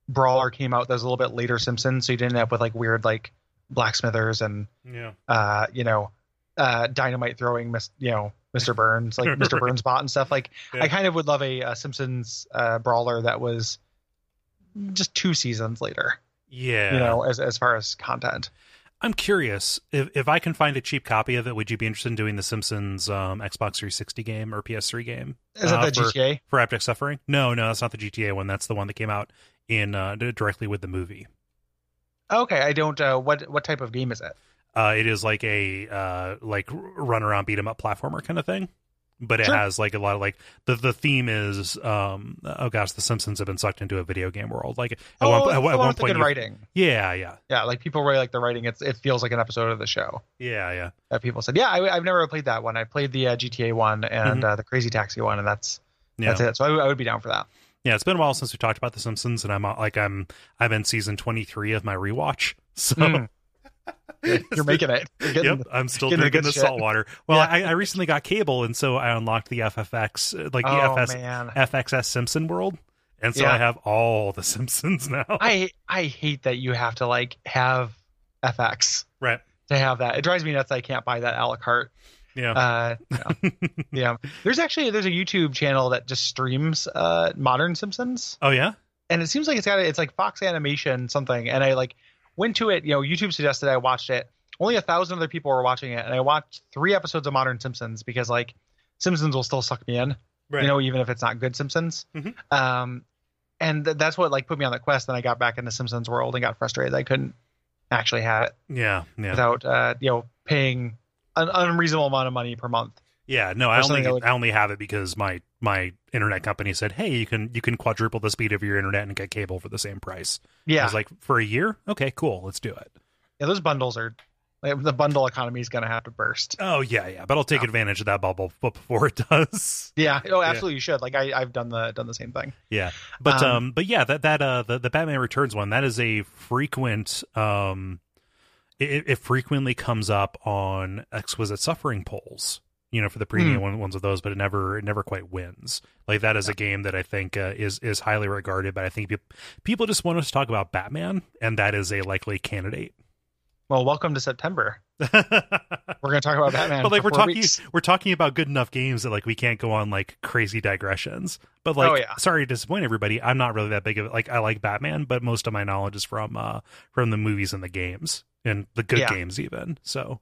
brawler came out that was a little bit later Simpsons, so you didn't end up with like weird like blacksmithers and yeah, uh, you know, uh, dynamite throwing, mis- you know, Mr. Burns, like Mr. *laughs* Right. Burns bot and stuff. Like, Yeah. I kind of would love a, uh Simpsons uh, brawler that was just two seasons later, yeah. you know, as as far as content. I'm curious if if I can find a cheap copy of it. Would you be interested in doing the Simpsons um, Xbox 360 game or PS3 game? Is uh, that the for- GTA? for Abject Suffering? No, no, that's not the GTA one. That's the one that came out in uh, d- directly with the movie. Okay, I don't. Uh, what what type of game is it? Uh, it is like a uh, like r- run around beat 'em up platformer kind of thing. but it Sure. has like a lot of like the the theme is um oh gosh the Simpsons have been sucked into a video game world like at Oh, one po- it's at, the one- one at one with the point good you- writing. yeah yeah Yeah, like people really like the writing. It's it feels like an episode of the show yeah yeah that people said. Yeah, I, I've never played that one. I played the uh, GTA one and uh, the Crazy Taxi one, and that's Mm-hmm. yeah that's it. So I, would- I would be down for that. yeah it's been a while since we talked about the Simpsons and I'm uh, like I'm I'm in season 23 of my rewatch *laughs* so Mm. You're making it. You're getting- *laughs* Yep, I'm still getting the drinking good the shit. salt water. Well, Yeah. I, I recently got cable, and so I unlocked the FFX, uh, like the Oh FS, man, FXS Simpson world, and so Yeah. I have all the *laughs* Simpsons now. I I hate that you have to like have FX right? to have that. It drives me nuts. that I can't buy that a la carte. Yeah. Uh, *laughs* yeah. yeah, there's actually there's a YouTube channel that just streams uh, modern Simpsons. oh yeah. and it seems like it's got it's like Fox Animation something. And I like went to it. You know, YouTube suggested I watched it. Only a thousand other people were watching it, and I watched three episodes of Modern Simpsons because like Simpsons will still suck me in, Right. you know, even if it's not good Simpsons. Mhm. Um, and th- that's what like put me on the quest. Then I got back into Simpsons world and got frustrated that I couldn't actually have it yeah. Yeah. without uh, you know paying an unreasonable amount of money per month. yeah. No, I or something only I would- I only have it because my my internet company said, hey, you can you can quadruple the speed of your internet and get cable for the same price. I Yeah, was like, for a year, okay, cool, let's do it. yeah, those bundles are. like, The bundle economy is going to have to burst. Oh yeah, yeah. But I'll take advantage of that bubble b- before it *laughs* does. Yeah. Oh, Yeah. absolutely. You should. Like I, I've done the done the same thing. Yeah. But um, Um, but yeah, that that uh the, the Batman Returns one, that is a frequent um it, it frequently comes up on exquisite suffering polls, you know, for the premium one ones of those, but it never it never quite wins. Like that is a game that I think uh, is is highly regarded, but I think peop people just want us to talk about Batman and that is a likely candidate. *laughs* Well, welcome to September. but We're going to talk about *laughs* Batman. like for we're four talking weeks. we're talking about good enough games that like we can't go on like crazy digressions but like Oh, yeah. sorry to disappoint everybody i'm not really that big of like i like batman but most of my knowledge is from uh from the movies and the games and the good Yeah. games even so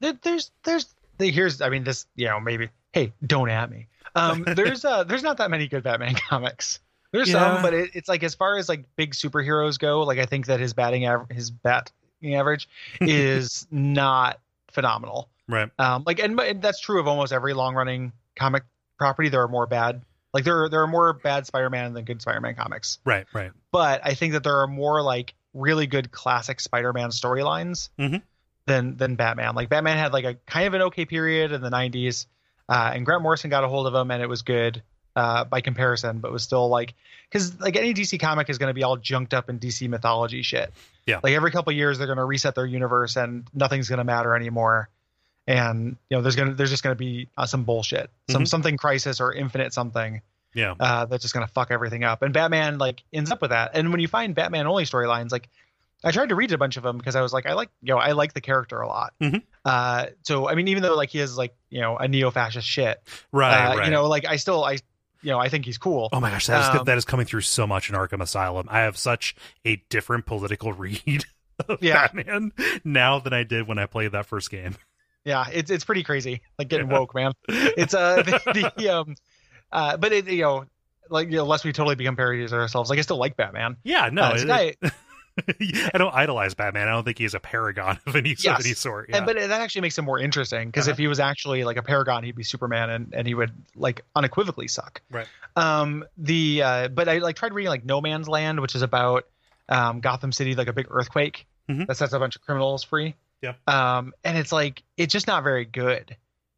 There- There's there's the, here's I mean this you know maybe hey don't at me. Um, there's uh there's not that many good Batman *laughs* comics. There's Yeah. some, but it, it's like as far as like big superheroes go, like I think that his batting aver- his batting average is not phenomenal. right Um, like, and, and that's true of almost every long-running comic property. There are more bad, like there are, there are more bad Spider-Man than good Spider-Man comics. right right But I think that there are more like really good classic Spider-Man storylines Mhm. than than Batman. Like Batman had like a kind of an okay period in the '90s, uh, and Grant Morrison got a hold of him, and it was good uh, by comparison, but was still like because like any DC comic is going to be all junked up in DC mythology shit. Yeah. like every couple years they're going to reset their universe, and nothing's going to matter anymore and you know there's gonna there's just gonna be uh, some bullshit some Mhm. something crisis or infinite something yeah uh, that's just gonna fuck everything up and batman like ends up with that and when you find batman only storylines like i tried to read a bunch of them because i was like i like you know i like the character a lot Mhm. uh, so i mean even though like he is like you know a neo-fascist shit right uh, right you know like i still i you know i think he's cool Oh my gosh, that is, Um, that is coming through so much in Arkham Asylum. I have such a different political *laughs* read of Yeah. Batman now than I did when I played that first game. yeah it's it's pretty crazy like getting Yeah. woke man it's uh *laughs* the, the um uh but it you know like you know, lest we totally become parodies of ourselves like i still like batman *laughs* Yeah, no, Uh, this it- guy- *laughs* I don't idolize Batman. I don't think he's a paragon of any, of Yes. any sort. Yeah. And, but that actually makes him more interesting because if Uh-huh. he was actually like a paragon, he'd be Superman and, and he would like unequivocally suck. Right. Um, the uh, but I like tried reading like No Man's Land, which is about um, Gotham City, like a big earthquake Mhm. that sets a bunch of criminals free. Yeah. Um, and it's like it's just not very good.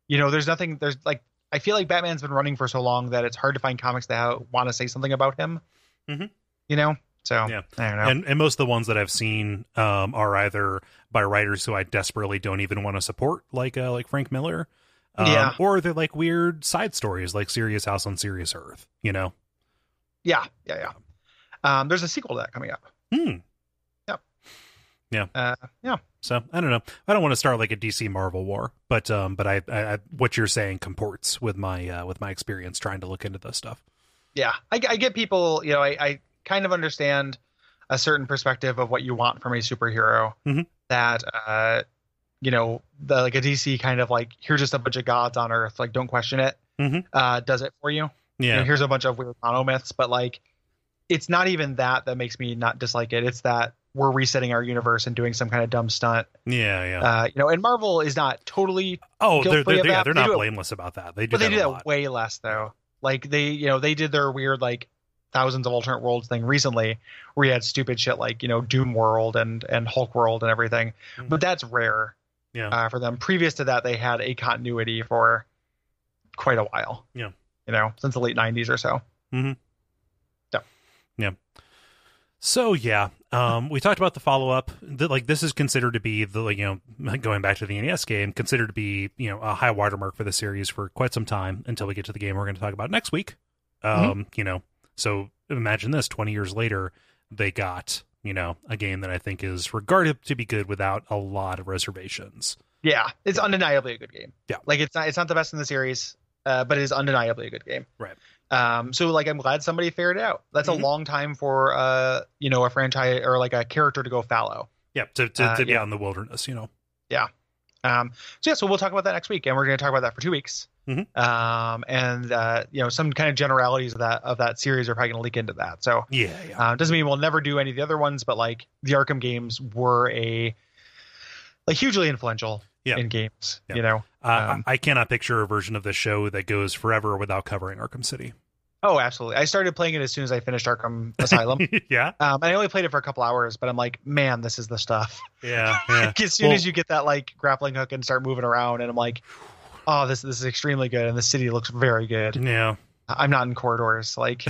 You know, there's nothing. There's like I feel like Batman's been running for so long that it's hard to find comics that ha- want to say something about him. Mhm. You know, so Yeah. I don't know. and, and most of the ones that I've seen um, are either by writers who I desperately don't even want to support, like uh, like Frank Miller, um, Yeah. or they're like weird side stories, like Serious House on Serious Earth. You know, yeah, yeah, yeah. Um, there's a sequel to that coming up. hmm. Uh, yeah. so I don't know. I don't want to start like a DC Marvel war, but um, but I, I, I what you're saying comports with my uh, with my experience trying to look into this stuff. yeah I, I get people you know I, I kind of understand a certain perspective of what you want from a superhero Mhm. that uh you know the like a dc kind of like here's just a bunch of gods on earth like don't question it Mhm. uh does it for you You know, Yeah, here's a bunch of weird monomyths but like it's not even that that makes me not dislike it it's that we're resetting our universe and doing some kind of dumb stunt. Yeah, yeah. Uh, you know, and Marvel is not totally, oh, guilt they're, free they're, of yeah, that. they're They not do it- blameless about that. They do but they that do a that lot. way less though. Like they, you know, they did their weird like thousand of alternate worlds thing recently, where you had stupid shit like you know Doom World and and Hulk World and everything. Mhm. But that's rare Yeah. uh, for them. Previous to that, they had a continuity for quite a while. Yeah. you know, since the late '90s or so. So yeah, um, we talked about the follow up. That like this is considered to be the like, you know *laughs* going back to the NES game, considered to be you know a high watermark for the series for quite some time until we get to the game we're going to talk about next week. Um, Mm-hmm. You know, so imagine this: twenty years later, they got you know a game that I think is regarded to be good without a lot of reservations. Yeah, it's undeniably a good game. Yeah. like it's not it's not the best in the series, uh, but it is undeniably a good game. Right. Um, so like I'm glad somebody figured it out. That's Mhm. a long time for uh, you know, a franchise or like a character to go fallow. Yeah, to to, Uh, to be yeah. out in the wilderness, you know. Um, so yeah, so we'll talk about that next week, and we're going to talk about that for two weeks. Mhm. Um, and uh, you know, some kind of generalities of that of that series are probably going to leak into that. So Yeah, yeah. uh, doesn't mean we'll never do any of the other ones, but like the Arkham games were a like hugely influential Yeah. in games. Yeah. You know, Uh, um, I, I cannot picture a version of this show that goes forever without covering Arkham City. *laughs* oh absolutely. I started playing it as soon as I finished Arkham *laughs* Asylum. yeah, Um, and I only played it for a couple hours, but I'm like, man, this is the stuff. *laughs* yeah, yeah. Like, as soon Well- as you get that like grappling hook and start moving around, and I'm like, oh, this this is extremely good, and the city looks very good. Yeah. I'm not in corridors. Like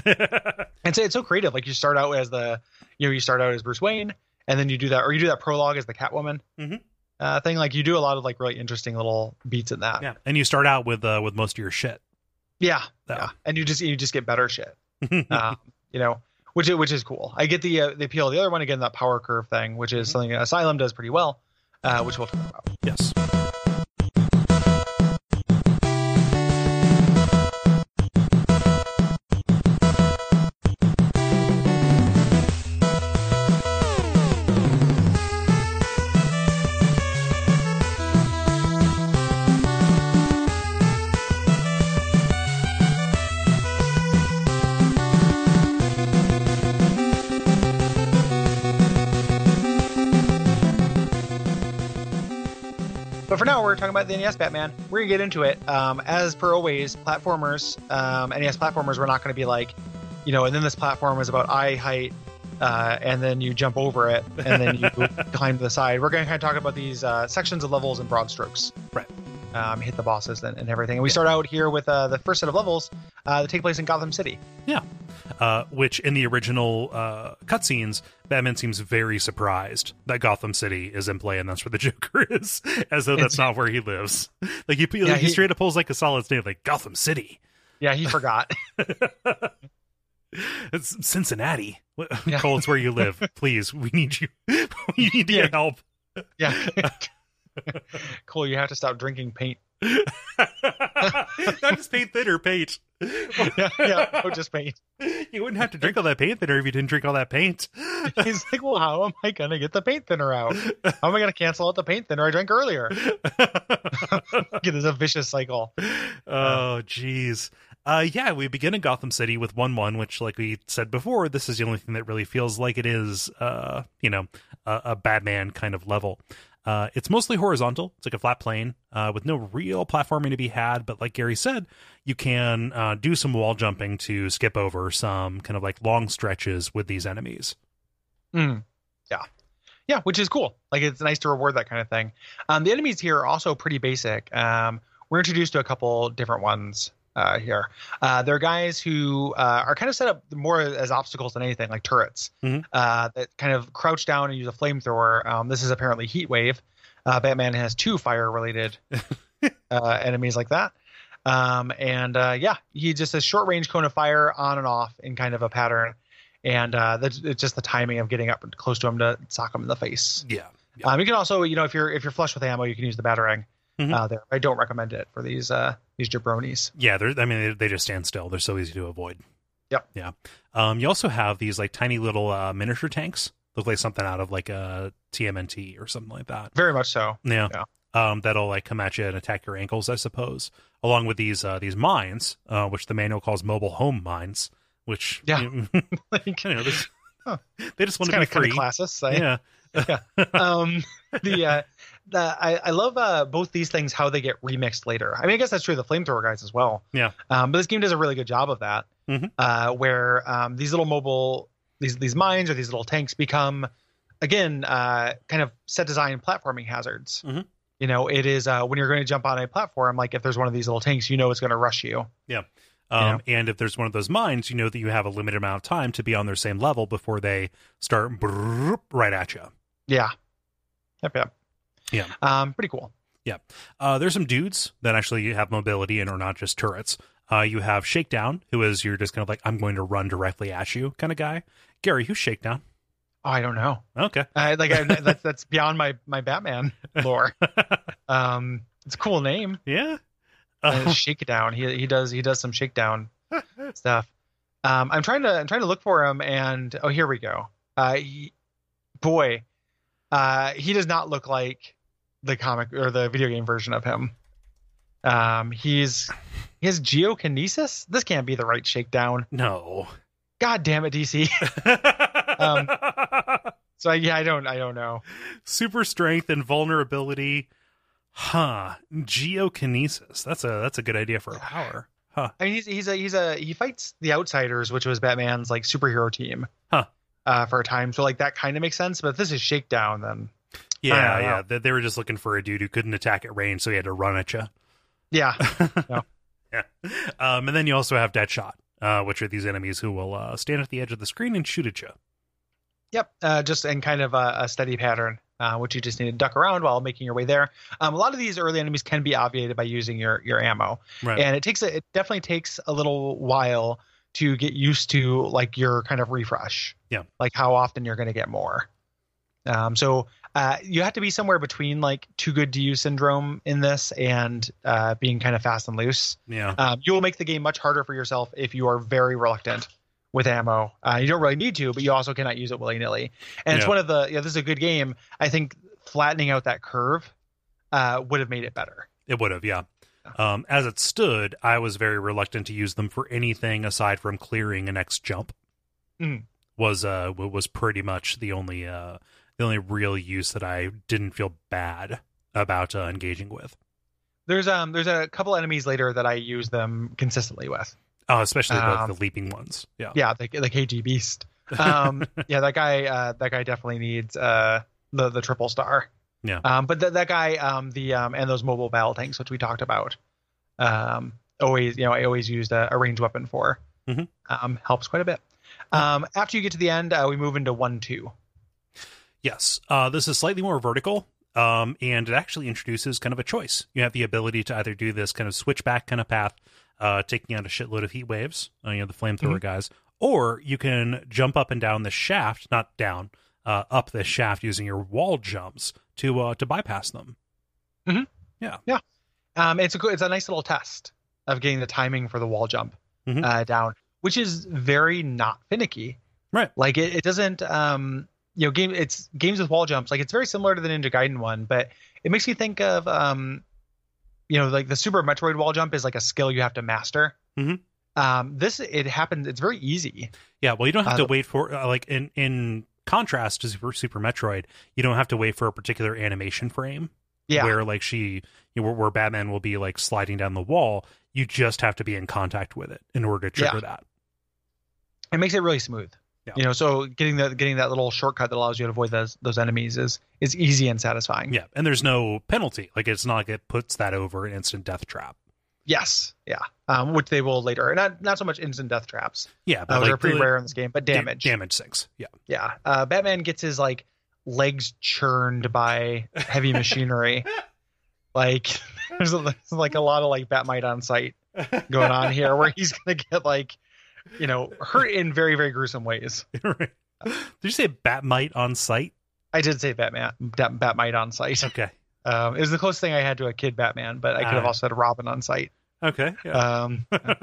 it's it's so creative. Like you start out as the you know you start out as Bruce Wayne, and then you do that or you do that prologue as the Catwoman Mhm. uh, thing. Like you do a lot of like really interesting little beats in that. yeah, and you start out with uh, with most of your shit. yeah, Yeah. yeah. and you just you just get better shit. um, you know, which is, which is cool. I get the uh, the appeal. of The other one again, that power curve thing, which is something Asylum does pretty well, uh, which we'll talk about. yes. But for now, we're talking about the NES Batman. We're gonna get into it. Um, as per always, platformers, um, NES platformers, we're not gonna be like, you know, and then this platform is about eye height, uh, and then you jump over it, and then you climb to the side. We're gonna kind of talk about these uh, sections of levels in broad strokes. Right. Um, hit the bosses and, and everything. And we start out here with uh, the first set of levels uh, that take place in Gotham City. Uh, which in the original uh, cutscenes, Batman seems very surprised that Gotham City is in play, and that's where the *laughs* Joker is, as though that's It's- not where he lives. Like he, Yeah, he he- straight up pulls like a solid state, like Gotham City, Yeah, he forgot. *laughs* it's Cincinnati. What- Yeah. Cole, it's where you live. *laughs* Please, we need you. *laughs* we need your Yeah. help. Yeah. *laughs* cool. You have to stop drinking paint. *laughs* *laughs* not just paint thinner, paint. yeah, yeah. Oh, just paint. You wouldn't have to drink all that paint thinner if you didn't drink all that paint. *laughs* *laughs* He's like, well, how am I gonna get the paint thinner out? How am I gonna cancel out the paint thinner I drank earlier? It is a vicious cycle. oh, jeez. Uh, yeah, we begin in Gotham City with 1 1, which, like we said before, this is the only thing that really feels like it is, uh, you know, a, a Batman kind of level. Uh, it's mostly horizontal. It's like a flat plane uh, with no real platforming to be had. But like Gary said, you can uh, do some wall jumping to skip over some kind of like long stretches with these enemies. Mm. Yeah, yeah, which is cool. Like it's nice to reward that kind of thing. Um, the enemies here are also pretty basic. Um, we're introduced to a couple different ones uh, here. Uh, they're guys who uh, are kind of set up more as obstacles than anything, like turrets Mhm. uh, that kind of crouch down and use a flamethrower. Um, this is apparently Heat Wave. Uh, Batman has two fire-related uh, enemies like that. Um, and uh, yeah, he just has short-range cone of fire on and off in kind of a pattern. And uh, that's it's just the timing of getting up close to him to sock him in the face. Yeah. Um, you can also, you know, if you're if you're flush with ammo, you can use the batarang Mhm. uh, there. I don't recommend it for these uh, these jabronis. Yeah, they're, I mean, they, they just stand still. They're so easy to avoid. Yep. Yeah. Um, you also have these like tiny little uh, miniature tanks. Look like something out of like uh, a TMNT or something like that. Very much so. Yeah. Yeah. Um, that'll like come at you and attack your ankles, I suppose. Along with these uh, these mines, uh, which the manual calls mobile home mines, which Yeah. *laughs* *laughs* you, Like, *laughs* you know, there's, They just want to kind be of kind free. of classist. eh? I- yeah. um *laughs* the uh the, I, I love uh both these things how they get remixed later i mean i guess that's true of the flamethrower guys as well Yeah. um but this game does a really good job of that Mhm. uh where um these little mobile these these mines or these little tanks become again uh kind of set design platforming hazards Mhm. you know it is uh when you're going to jump on a platform like if there's one of these little tanks you know it's going to rush you Um, And if there's one of those mines, you know that you have a limited amount of time to be on their same level before they start brrrr right at you. yeah yep yep Yeah. um pretty cool Uh, there's some dudes that actually have mobility and are not just turrets. Uh, you have Shakedown, who is you're just kind of like I'm going to run directly at you kind of guy. Gary, who's Shakedown? oh i don't know Okay, I, like I, that's that's beyond my my Batman lore. um, it's a cool name. yeah. Uh, Uh, shakedown. He he does he does some shakedown stuff. Um, I'm trying to I'm trying to look for him, and oh here we go. Uh, he, boy, uh, he does not look like the comic or the video game version of him. Um, he's he has geokinesis. This can't be the right shakedown. *laughs* no. God damn it, DC. *laughs* so yeah, I don't I don't know. *laughs* Super strength and vulnerability. Huh. Geokinesis. That's a that's a good idea for a power. Huh. I mean, he's he's a he's a he fights the Outsiders, which was Batman's like superhero team, Huh. Uh, for a time, so like that kind of makes sense. But if this is Shakedown, then Yeah, I don't know. yeah. They, they were just looking for a dude who couldn't attack at range, so he had to run at you. *laughs* yeah, Yeah. Um, and then you also have Deadshot, uh, which are these enemies who will uh, stand at the edge of the screen and shoot at you. yep. Uh, just in kind of a, a steady pattern, uh, which you just need to duck around while making your way there. Um, a lot of these early enemies can be obviated by using your your ammo, Right. and it takes a, it definitely takes a little while to get used to like your kind of refresh. Yeah. Like how often you're going to get more. Um, so uh, you have to be somewhere between like too good to you syndrome in this and uh, being kind of fast and loose. yeah. Um, you will make the game much harder for yourself if you are very reluctant with ammo. Uh, you don't really need to, but you also cannot use it willy nilly. And it's Yeah. one of the yeah, this is a good game. I think flattening out that curve uh, would have made it better. It would have, yeah. Um, as it stood, I was very reluctant to use them for anything aside from clearing a next jump. Mm. Was uh w- was pretty much the only uh the only real use that I didn't feel bad about uh, engaging with. There's um there's a couple enemies later that I use them consistently with. Uh, especially Um, the, the leaping ones. Yeah. Yeah, the the KG Beast. Um, yeah, that guy uh, that guy definitely needs uh the the triple star. Yeah. Um, but th- that guy um the um and those mobile battle tanks which we talked about, um always you know I always used a, a range weapon for. Mhm. Um, helps quite a bit. Um, after you get to the end, uh, we move into one two. Yes. Uh, this is slightly more vertical, um, and it actually introduces kind of a choice. You have the ability to either do this kind of switchback kind of path, uh, taking out a shitload of heat waves, uh, you know, the flamethrower guys, or you can jump up and down the shaft, not down, uh, up the shaft using your wall jumps to uh, to bypass them. Um, it's a good, it's a nice little test of getting the timing for the wall jump Mhm. uh, down, which is very not finicky. Right. Like it, it doesn't um you know game it's games with wall jumps like it's very similar to the Ninja Gaiden one, but it makes me think of um you know like the Super Metroid wall jump is like a skill you have to master. Mhm. Um, this it happens. It's very easy. Yeah, well, you don't have Uh, to wait for uh, like in in contrast to Super, Super Metroid, you don't have to wait for a particular animation frame. Yeah. where like she, you know, where, where Batman will be like sliding down the wall. You just have to be in contact with it in order to trigger that. it makes it really smooth. Yeah. You know, so getting that getting that little shortcut that allows you to avoid those those enemies is is easy and satisfying. Yeah, and there's no penalty. Like it's not like it puts that over an instant death trap. Yes, yeah. Um, which they will later. Not not so much instant death traps. Yeah, Uh, but they're like pretty the- rare in this game, but da- damage. damage sinks. Yeah, *laughs* Yeah. Uh, Batman gets his like legs churned by heavy *laughs* machinery. like there's, a, there's like a lot of like Batmite on site going on here, where he's gonna get like you know hurt in very very gruesome ways. Right. Did you say Batmite on site? I did say Batman Bat, Batmite on site. Okay, Um, it was the closest thing I had to a kid Batman, but I could have Ah. also had a Robin on site. okay, yeah. *laughs* Um,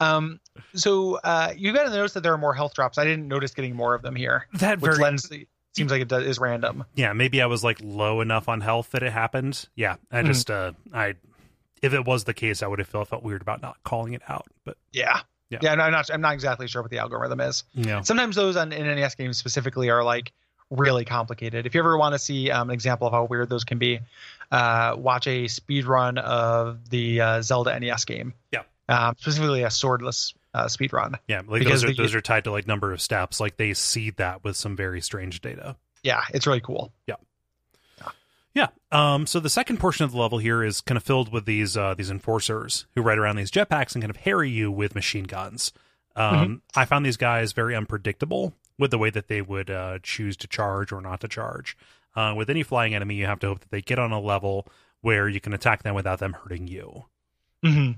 um, so uh, you got to notice that there are more health drops. I didn't notice getting more of them here, that which very lends seems like it does, is random. yeah maybe i was like low enough on health that it happened yeah i Mhm. just uh i if it was the case i would have felt, felt weird about not calling it out but Yeah, Yeah. Yeah, no, I'm not. I'm not exactly sure what the algorithm is. Yeah. Sometimes those on in NES games specifically are like really complicated. If you ever want to see um, an example of how weird those can be, uh, watch a speed run of the uh, Zelda NES game. Yeah. Um, specifically a swordless uh, speed run. Yeah, like Because those are they- those are tied to like number of steps. Like they see that with some very strange data. Yeah, it's really cool. Yeah. Um. So the second portion of the level here is kind of filled with these uh, these enforcers who ride around these jetpacks and kind of harry you with machine guns. Mm-hmm. Um. I found these guys very unpredictable with the way that they would uh, choose to charge or not to charge. Uh, with any flying enemy, you have to hope that they get on a level where you can attack them without them hurting you. Mm-hmm.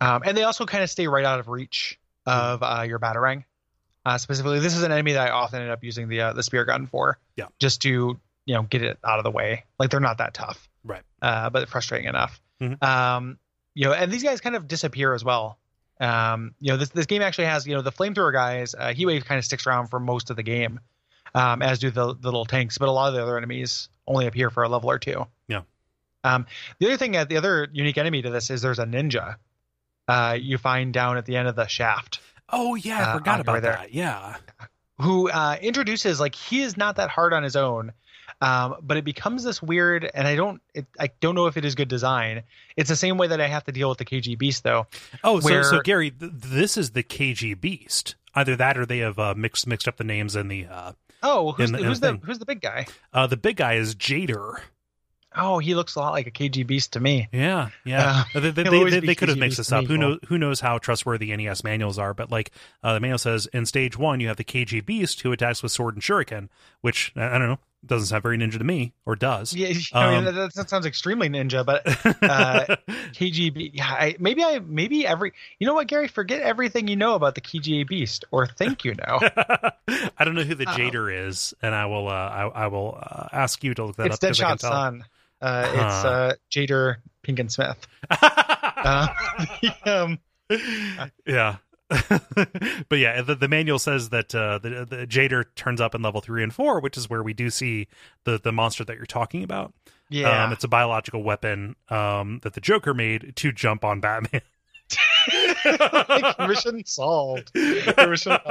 Yeah. Um, and they also kind of stay right out of reach of uh, your batarang. Uh, specifically, this is an enemy that I often end up using the uh, the spear gun for. Yeah. Just to you know get it out of the way. Like they're not that tough. Right. Uh, but frustrating enough. Mhm. Um, you know, and these guys kind of disappear as well. Um, you know, this this game actually has you know the flamethrower guys. Uh, he wave kind of sticks around for most of the game, um, as do the, the little tanks. But a lot of the other enemies only appear for a level or two. Yeah. Um, the other thing, uh, the other unique enemy to this is there's a ninja. Uh, you find down at the end of the shaft Oh yeah, I Uh, forgot I'll go about there. that. Yeah. who uh, introduces like he is not that hard on his own um, but it becomes this weird and i don't it, i don't know if it is good design it's the same way that i have to deal with the kg beast though Oh, so, where- so Gary, th- this is the KG Beast. Either that, or they have uh, mixed mixed up the names and the uh, oh who's, In the- in who's the the thing. who's the big guy uh, the big guy is Jader. oh he looks a lot like a kg beast to me Yeah, yeah. they they, Uh, he'll they, always they, be they could have KG mixed Beast to this up. me, Who Paul. knows? Who knows how trustworthy NES manuals are? But like uh, the manual says, in stage one, you have the KG Beast who attacks with sword and shuriken, which I I don't know doesn't sound very ninja to me, or does? yeah *laughs* i mean Um, that, that- that sounds extremely ninja but uh, KGB. Yeah, I, maybe I maybe every. You know what, Gary? Forget everything you know about the KGA Beast, or think you know. *laughs* I don't know who the Uh-oh. Jader is, and I will uh, I, I will uh, ask you to look that it's up. 'cause I can Deadshot's tell. *laughs* son. Uh, It's Huh. uh, Jader Pinkin Smith. *laughs* Uh, um, yeah. *laughs* but yeah, the, the manual says that uh, the, the Jader turns up in level three and four, which is where we do see the the monster that you're talking about. Yeah. Um, it's a biological weapon um, that the Joker made to jump on Batman. *laughs* mission solved. Mission solved. *laughs*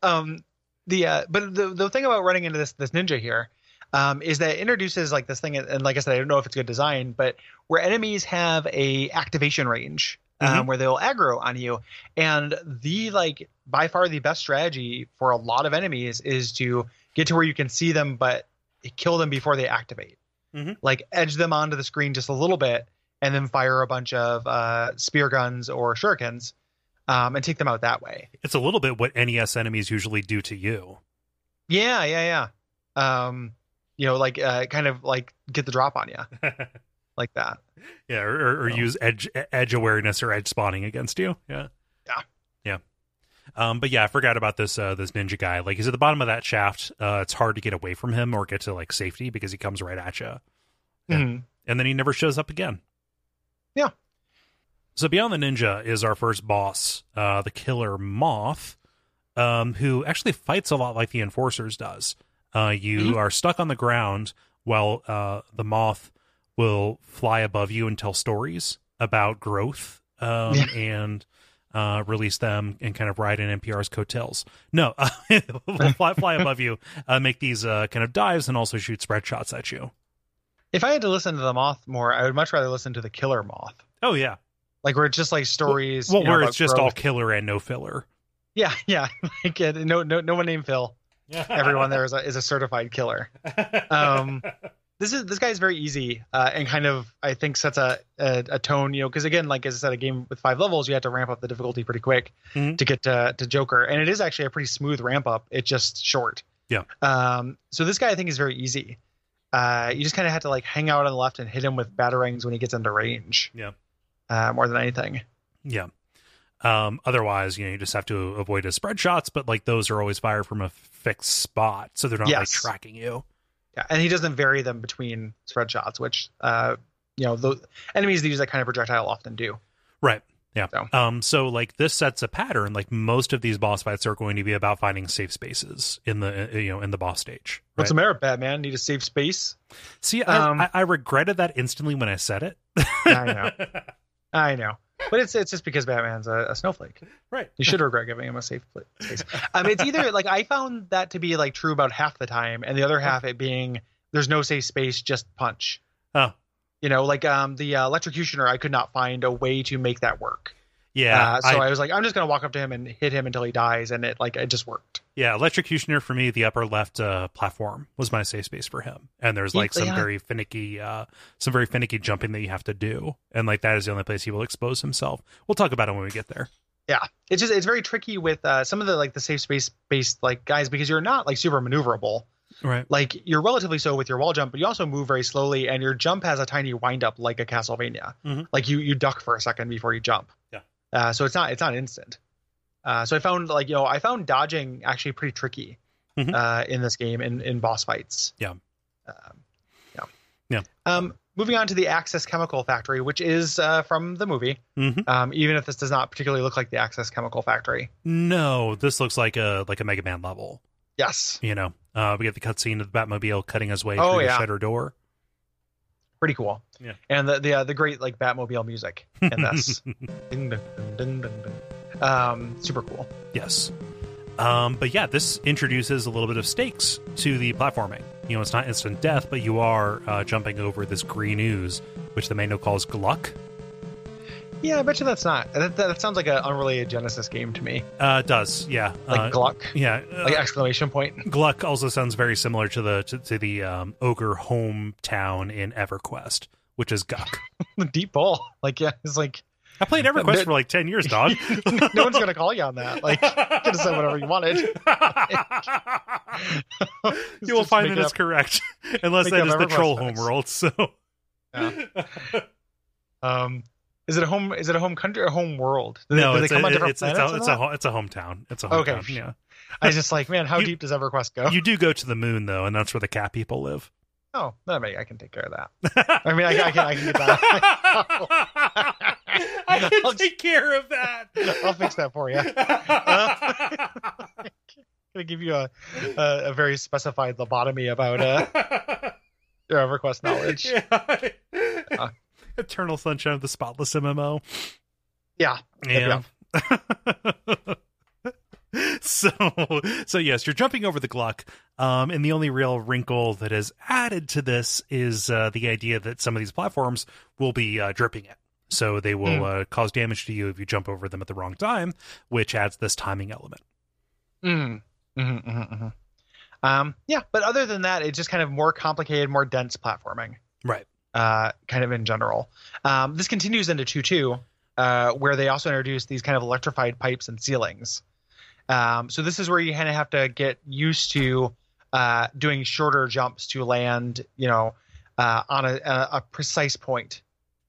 Um, the uh, but the the thing about running into this this ninja here, um, is that it introduces like this thing, and like I said, I don't know if it's good design, but where enemies have a activation range, um, where they'll aggro on you, and the like by far the best strategy for a lot of enemies is to get to where you can see them, but kill them before they activate. Mhm. Like edge them onto the screen just a little bit, and then fire a bunch of uh, spear guns or shurikens, um, and take them out that way. it's a little bit what NES enemies usually do to you. Yeah, yeah, yeah. Um, you know, like uh, kind of like get the drop on you like that. Yeah, or, or, or So. use edge e, edge awareness or edge spawning against you. Yeah. Yeah. Yeah. Um, but yeah, I forgot about this uh, this ninja guy. Like he's at the bottom of that shaft. Uh, it's hard to get away from him or get to like safety because he comes right at you, Yeah. Mhm. and then he never shows up again. Yeah. So beyond the ninja is our first boss, uh, the killer moth, um, who actually fights a lot like the enforcers does. Uh, you Mm-hmm. are stuck on the ground while uh, the moth will fly above you and tell stories about growth um, Yeah. and uh, release them and kind of ride in NPR's coattails. *laughs* No, *laughs* will fly, fly above you, uh, make these uh, kind of dives, and also shoot spread shots at you. If I had to listen to the moth more, I would much rather listen to the killer moth. Oh yeah, Like where it's just like stories. well, you know, where about it's just all growth. killer and no filler. Yeah, *laughs* yeah. Like uh, no, no, no one named *laughs* Phil. Everyone there is a, is a certified killer. Um, this is this guy's very easy uh, and kind of I think sets a a, a tone. You know, because again, like as I said, a game with five levels, you have to ramp up the difficulty pretty quick Mhm. to get to, to Joker, and it is actually a pretty smooth ramp up. It's just short. Yeah. Um. So this guy I think is very easy. Uh, you just kind of have to like hang out on the left and hit him with batarangs when he gets into range. Yeah. Uh, more than anything. Yeah. Um, otherwise, you know, you just have to avoid his spread shots, but like those are always fired from a fixed spot, so they're not like Yes. tracking you. Yeah, and he doesn't vary them between spread shots, which uh, you know, the enemies that use that kind of projectile often do. Right. Yeah. So. Um. So like this sets a pattern. Like most of these boss fights are going to be about finding safe spaces in the uh, you know in the boss stage. What's the right? matter, Batman? Need to save space? See, I, Um, I, I regretted that instantly when I said it. I know. I know. But it's it's just because Batman's a, a snowflake. Right. You should regret giving him a safe pla- place. Um, it's either like I found that to be like true about half the time, and the other half it being there's no safe space, just punch. *laughs* Huh. You know, like um the uh, electrocutioner, I could not find a way to make that work. Yeah, Uh, so I, was like, I'm just gonna walk up to him and hit him until he dies, and it like it just worked. Yeah, electrocutioner for me, the upper left uh, platform was my safe space for him. And there's Ye- like some yeah. very finicky, uh, some very finicky jumping that you have to do, and like that is the only place he will expose himself. We'll talk about it when we get there. It's just it's very tricky with uh, some of the like the safe space based like guys because you're not like super maneuverable. Right. Like you're relatively so with your wall jump, but you also move very slowly, and your jump has a tiny wind up like a Castlevania. Mhm. Like you you duck for a second before you jump. Yeah. Uh, so it's not it's not instant. Uh, so I found like you know I found dodging actually pretty tricky Mhm. uh, in this game in in boss fights. Yeah. Um, yeah. Yeah. Um, moving on to the Access Chemical Factory, which is uh, from the movie. hmm Um, even if this does not particularly look like the Access Chemical Factory. No, this looks like a like a Mega Man level. Yes. You know, uh, we get the cutscene of the Batmobile cutting his way Oh, through yeah. the shutter door. pretty cool. Yeah. And the the, uh, the great like Batmobile music in *laughs* this. ding, ding, ding, ding, ding. Um, super cool. Yes. Um, but yeah, this introduces a little bit of stakes to the platforming. You know, it's not instant death, but you are uh, jumping over this green ooze, which the manual calls Gluck. Yeah, I bet you that's not. That, that, that sounds like an unrelated Genesis game to me. Uh, it does yeah, Like uh, Gluck, Oh, yeah. uh, like exclamation point. *laughs* Gluck also sounds very similar to the to, to the um, ogre hometown in EverQuest, which is Guck. Deep ball. Like yeah, it's like *laughs* I played EverQuest for like ten years, dog. no one's gonna call you on that. *laughs* Like you could have said whatever you wanted. you will Just find make that it it's up. correct, *laughs* unless make that up is the EverQuest troll facts. homeworld. So *laughs* Um, is it a home? Is it a home country or home world? Do no, do it's a, come on different it's, it's, planets a, and it's that? a ho- it's a hometown. It's a Okay. hometown. Yeah, I was just like, man, how You- deep does EverQuest go? you do go to the moon though, and that's where the cat people live. *laughs* oh, no, I, mean, I can take care of that. I mean, I, I can, I can get that. *laughs* *laughs* I can take care of that. *laughs* I'll fix that for you. gonna give you a, a a very specified lobotomy about uh *laughs* your EverQuest knowledge. Yeah. Yeah. Eternal Sunshine of the Spotless MMO. Yeah. *laughs* so, so yes, you're jumping over the Gluck. Um, and the only real wrinkle that is added to this is uh, the idea that some of these platforms will be uh, dripping it. So they will Hmm. uh, cause damage to you if you jump over them at the wrong time, which adds this timing element. Mm. hmm hmm Um, yeah, but other than that, it's just kind of more complicated, more dense platforming, Right. uh, kind of in general. Um, this continues into 2 2, uh, where they also introduce these kind of electrified pipes and ceilings. Um, so this is where you kind of have to get used to uh, doing shorter jumps to land, you know, uh, on a, a, a precise point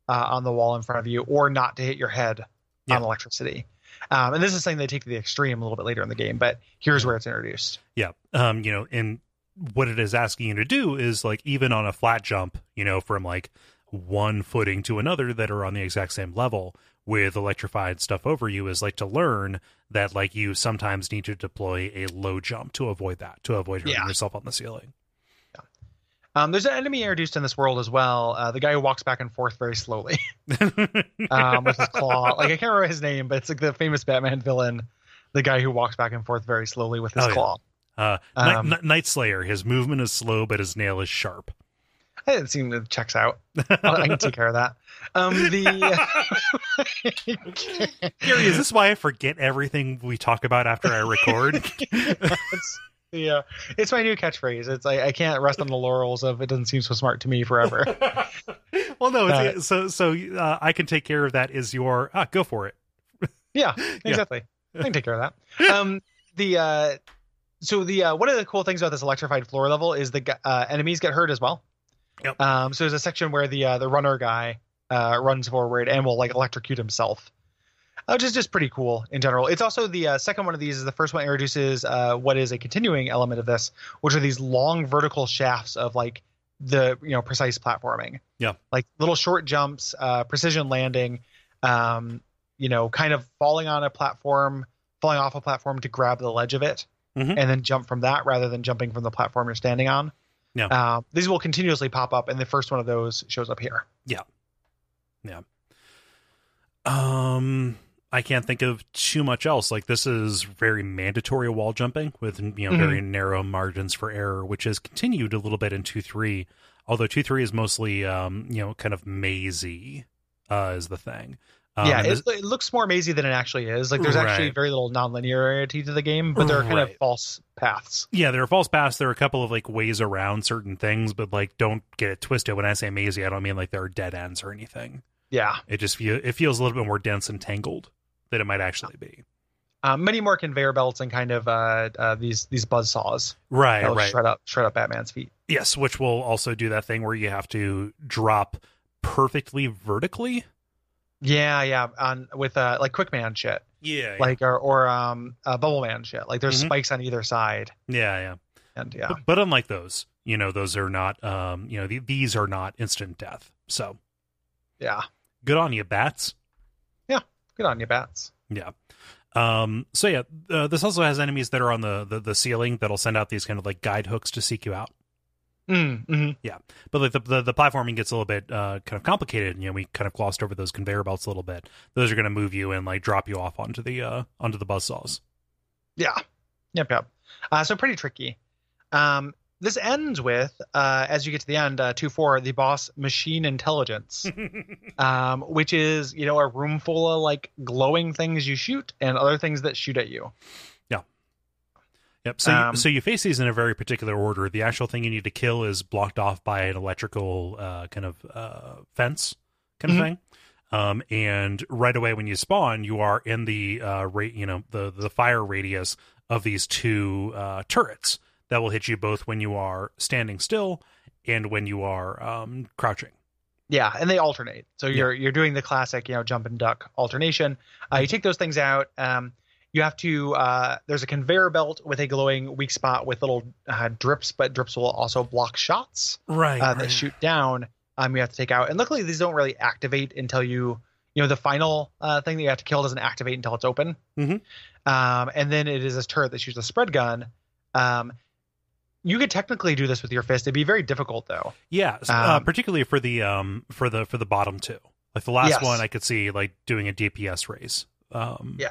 uh, on the wall in front of you, or not to hit your head Yeah. on electricity. Um, and this is something they take to the extreme a little bit later in the game, but here's where it's introduced. Yeah. Um, you know, and what it is asking you to do is like even on a flat jump, you know, from like one footing to another that are on the exact same level with electrified stuff over you is like to learn that like you sometimes need to deploy a low jump to avoid that, to avoid hurting Yeah. yourself on *laughs* the ceiling. *laughs* Um, there's an enemy introduced in this world as well. Uh, the guy who walks back and forth very slowly *laughs* Uh, um, with his claw. Like I can't remember his name, but it's like the famous Batman villain, the guy who walks back and forth very slowly with his Oh, yeah. claw. Uh, Night, Um, Night- Night Slayer, his movement is slow, but his nail is *laughs* sharp. I didn't seem it checks out. I can take care of that. Um, the Gary, is this why I forget everything we talk about after I *laughs* record? *laughs* it's, yeah, it's my new catchphrase. It's I, I can't rest on the laurels of it doesn't seem so smart to me forever. *laughs* well, no. It's, Uh, so, so uh, I can take care of that. Is your ah, go for it? Yeah, exactly. I can take care of that. Um, the uh, so the uh, one of the cool things about this electrified floor level is the gu- uh, enemies get hurt as well. Yep. Um, so there's a section where the uh, the runner guy uh, runs forward and will like electrocute himself, uh, which is just pretty cool in general. It's also the uh, second one of these is the first one introduces uh, what is a continuing element of this, which are these long vertical shafts of like the you know precise platforming. Yeah. Like little short jumps, uh, precision landing. Um, you know, kind of falling on a platform, falling off a platform to grab the ledge of it, Mhm. and then jump from that rather than jumping from the platform you're standing on. Yeah. Uh, these will continuously pop up, and the first one of those shows up here. Um, I can't think of too much else. Like this is very mandatory wall jumping with you know very narrow margins for error, which has continued a little bit in two three. Although two three is mostly um you know kind of mazy, uh, is the thing. Um, yeah, and it, this- it looks more mazy than it actually is. Like there's actually Right. very little nonlinearity to the game, but there are kind of Right. false paths. yeah. There are false paths. There are a couple of like ways around certain things, but like don't get it twisted. When I say mazy, I don't mean like there are dead ends or anything. Yeah, It just feel it feels a little bit more dense and tangled than it might actually be. um, many more conveyor belts and kind of uh, uh, these these buzz saws Right, that will right. shred up shred up Batman's feet. Yes, which will also do that thing where you have to drop perfectly vertically. Yeah, yeah, on with uh, like Quickman shit, Yeah, like or or um, uh, Bubbleman shit. Like there's Mhm. spikes on either side, yeah, yeah. and yeah, But, but unlike those, you know, those are not. Um, you know, the, these are not instant death. So yeah. good on you, bats. Good on you, bats. Yeah. Um. So yeah, uh, this also has enemies that are on the, the the ceiling that'll send out these kind of like guide hooks to seek you out. Mm, hmm but like the, the the platforming gets a little bit uh kind of complicated you know we kind of glossed over those conveyor belts a little bit those are going to move you and like drop you off onto the uh onto the buzz saws Yeah. Yep. Yep. Uh, so pretty tricky. Um, this ends with, uh, as you get to the end, uh, two four, the boss machine intelligence, um, which is you know a room full of like glowing things you shoot and other things that shoot at you. yep so Um, you, so you face these in a very particular order the actual thing you need to kill is blocked off by an electrical uh kind of uh fence kind Mhm. of thing um and right away when you spawn you are in the uh ra- you know the the fire radius of these two uh turrets that will hit you both when you are standing still and when you are um crouching Yeah, and they alternate. So you're you're doing the classic, you know, jump and duck alternation. Uh, you take those things out. Um, you have to. Uh, there's a conveyor belt with a glowing weak spot with little uh, drips, but drips will also block shots right, uh, that shoot down. Um, you have to take out. And luckily, these don't really activate until you, you know, the final uh, thing that you have to kill doesn't activate until it's open. Mhm. Um, and then it is this turret that shoots a spread gun. Um, you could technically do this with your fist. It'd be very difficult though. yeah s- uh, um, particularly for the um for the for the bottom two like the last Yes. one i could see like doing a dps raise um Yeah.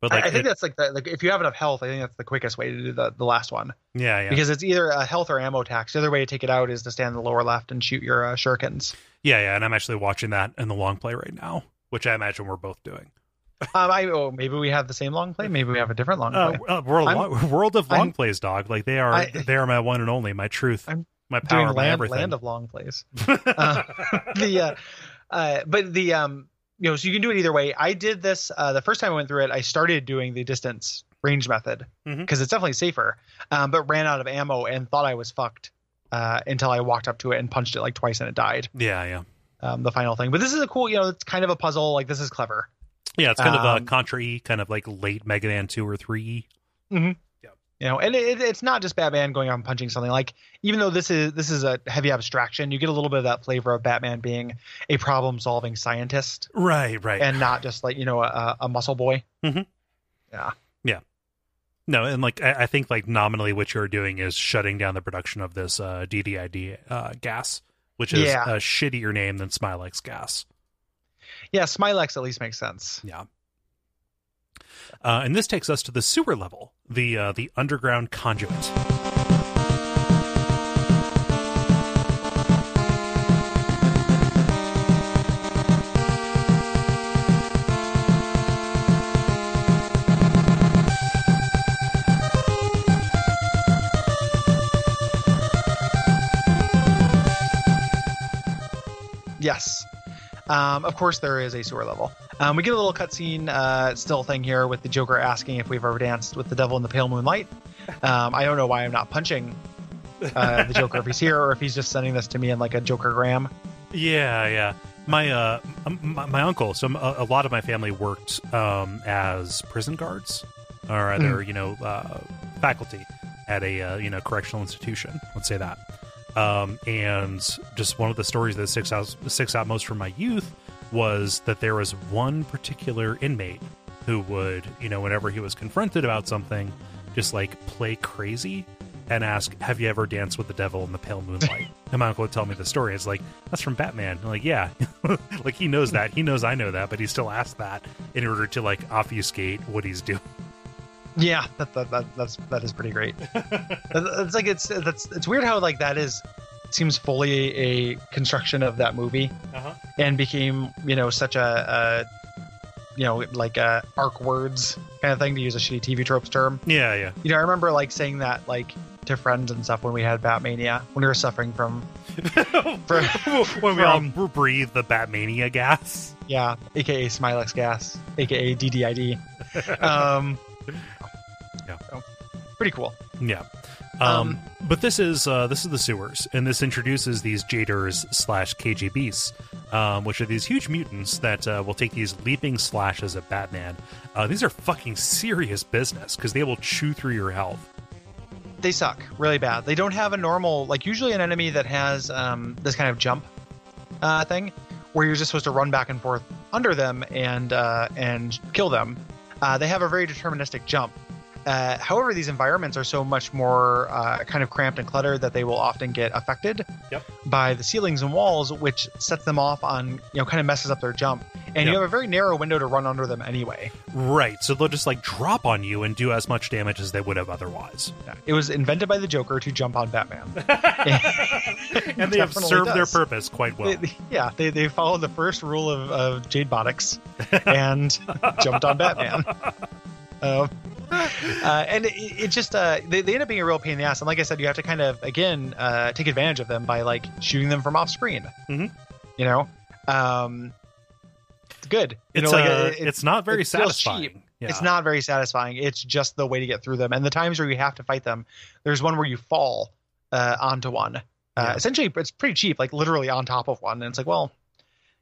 but I- like I think it- that's like the like, if you have enough health, I think that's the quickest way to do the, the last one yeah yeah because it's either a health or ammo tax. The other way to take it out is to stand in the lower left and shoot your uh, *laughs* shurikens. yeah yeah and i'm actually watching that in the long play right now which i imagine we're both doing Um, I oh, maybe we have the same long play. Maybe we have a different long uh, play. uh, world, of Oh, I'm- long, *laughs* world of long I'm- plays dog like they are I- they are my one and only my truth I'm my power Doing my land, everything land of long *laughs* plays. the uh, *laughs* uh, but the um, you know, so you can do it either way. I did this uh, the first time I went through it. I started doing the distance range method because Mhm. it's definitely safer, um, but ran out of ammo and thought I was fucked uh, until I walked up to it and punched it like twice and it died. yeah yeah um, the final thing. But this is a cool, you know, it's kind of a puzzle. Like this is clever. yeah it's kind of a Um, contra E, kind of like late mega man 2 or 3 You know, and it, it's not just Batman going out and punching something. Like even though this is this is a heavy abstraction, you get a little bit of that flavor of Batman being a problem solving scientist right right and not just like you know a, a muscle boy. No, and like I, I think like nominally what you're doing is shutting down the production of this uh, DDID uh, gas, which is Yeah. a shittier name than Smilex gas. Yeah, Smilex at least makes sense. Yeah. Uh, and this takes us to the sewer level, the uh, the underground conduit. Yes. Um, of course, there is a sewer level. Um, we get a little cutscene uh, still thing here with the Joker asking if we've ever danced with the devil in the pale moonlight. Um, I don't know why I'm not punching uh, the Joker if he's here or if he's just sending this to me in like a Joker gram. Yeah, yeah. My uh, m- my, my uncle. So m- a, a lot of my family worked um as prison guards, or either you know uh, faculty at a uh, you know correctional institution. Let's say that. Um, and just one of the stories that sticks out sticks out most from my youth was that there was one particular inmate who would you know whenever he was confronted about something, just like play crazy and ask, "Have you ever danced with the devil in the pale *laughs* moonlight?" and my uncle would tell me the story. It's like that's from Batman. I'm like, yeah, *laughs* like he knows that. He knows I know that, but he still asks that in order to like obfuscate what he's doing. Yeah, that, that, that that's that is pretty great. That- that's like it's that's it's weird how like that is seems fully a construction of that movie Uh-huh. and became you know such a, a you know like a arc words kind of thing to use a shitty TV tropes term. Yeah, *laughs* yeah. You know, I remember like saying that like to friends and stuff when we had Batmania when we were suffering from from when we all From- br- breathe the Batmania gas. yeah, aka Smilex gas, aka DDID. Um, Yeah. so, pretty cool. Yeah. Um, Um, but this is uh, this is the sewers, and this introduces these Jaders slash KGBs, um, which are these huge mutants that uh, will take these leaping slashes at Batman. Uh, these are fucking serious business because they will chew through your health. they suck really bad. They don't have a normal like usually an enemy that has um, this kind of jump uh, thing where you're just supposed to run back and forth under them and uh, and kill them. Uh, they have a very deterministic jump. Uh, however, these environments are so much more uh, kind of cramped and cluttered that they will often get affected Yep. by the ceilings and walls, which sets them off on you know kind of messes up their jump. And you Yep. have a very narrow window to run under them anyway. Right, so they'll just like drop on you and do as much damage as they would have *laughs* otherwise. It was invented by the Joker to jump on Batman. And they have Definitely served their does. purpose quite well. They- they- yeah, they, they followed the first rule of, of Jade *laughs* Botix and jumped on Batman. Um, uh, and it, it just uh, they, they end up being a real pain in the ass. And like I said, you have to kind of again uh, take advantage of them by like shooting them from off screen. Mhm. You know, um, it's good. You it's, know, like, uh, it- it- it's not very it feels cheap. satisfying. Yeah. it's not very satisfying. It's just the way to get through them. And the times where you have to fight them, there's one where you fall uh, onto one. Uh, Yeah. Essentially, it's pretty cheap, like literally on top of one. And it's like, well,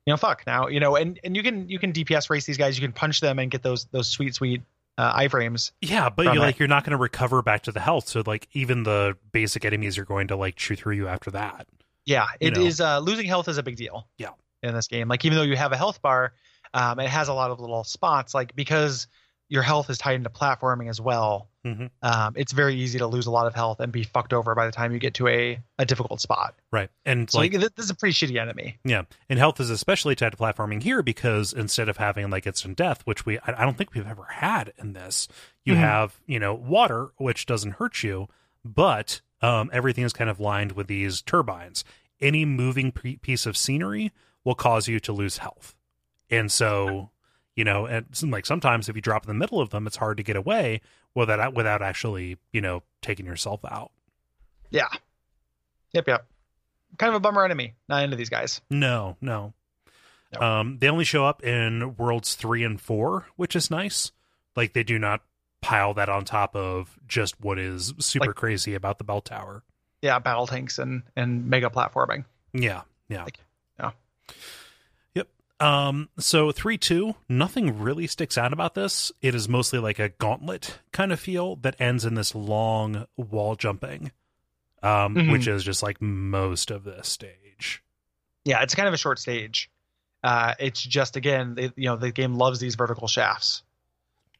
you know, fuck now, you know. And and you can you can DPS race these guys. You can punch them and get those those sweet sweet uh, iframes. Yeah, but from you're it. like you're not going to recover back to the health. So like even the basic enemies are going to like chew through you after that. Yeah, You it is uh, know. losing health is a big deal. Yeah. in this game, like even though you have a health bar, um, it has a lot of little spots. Like because your health is tied into platforming as well. Mhm. Um, it's very easy to lose a lot of health and be fucked over by the time you get to a, a difficult spot. Right, and So like like, th- this is a pretty shitty enemy. yeah, and health is especially tied to platforming here because instead of having like instant death, which we I I don't think we've ever had in this, you Mhm. have you know water which doesn't hurt you, but um, everything is kind of lined with these turbines. Any moving p- piece of scenery will cause you to lose health, and so you know, and some- like sometimes if you drop in the middle of them, it's hard to get away without without actually you know taking yourself out. Yeah. Yep, yep. Kind of a bummer enemy. Not into these guys. No, no. No. Um, they only show up in worlds three and four, which is nice. Like they do not pile that on top of just what is super Like- crazy about the bell tower. Yeah, battle tanks and and mega platforming. Yeah, yeah, Like, yeah. Yep. Um, so three two, nothing really sticks out about this. It is mostly like a gauntlet kind of feel that ends in this long wall jumping, um, Mhm. which is just like most of this stage. Yeah, it's kind of a short stage. Uh, it's just again, it, you know, the game loves these vertical shafts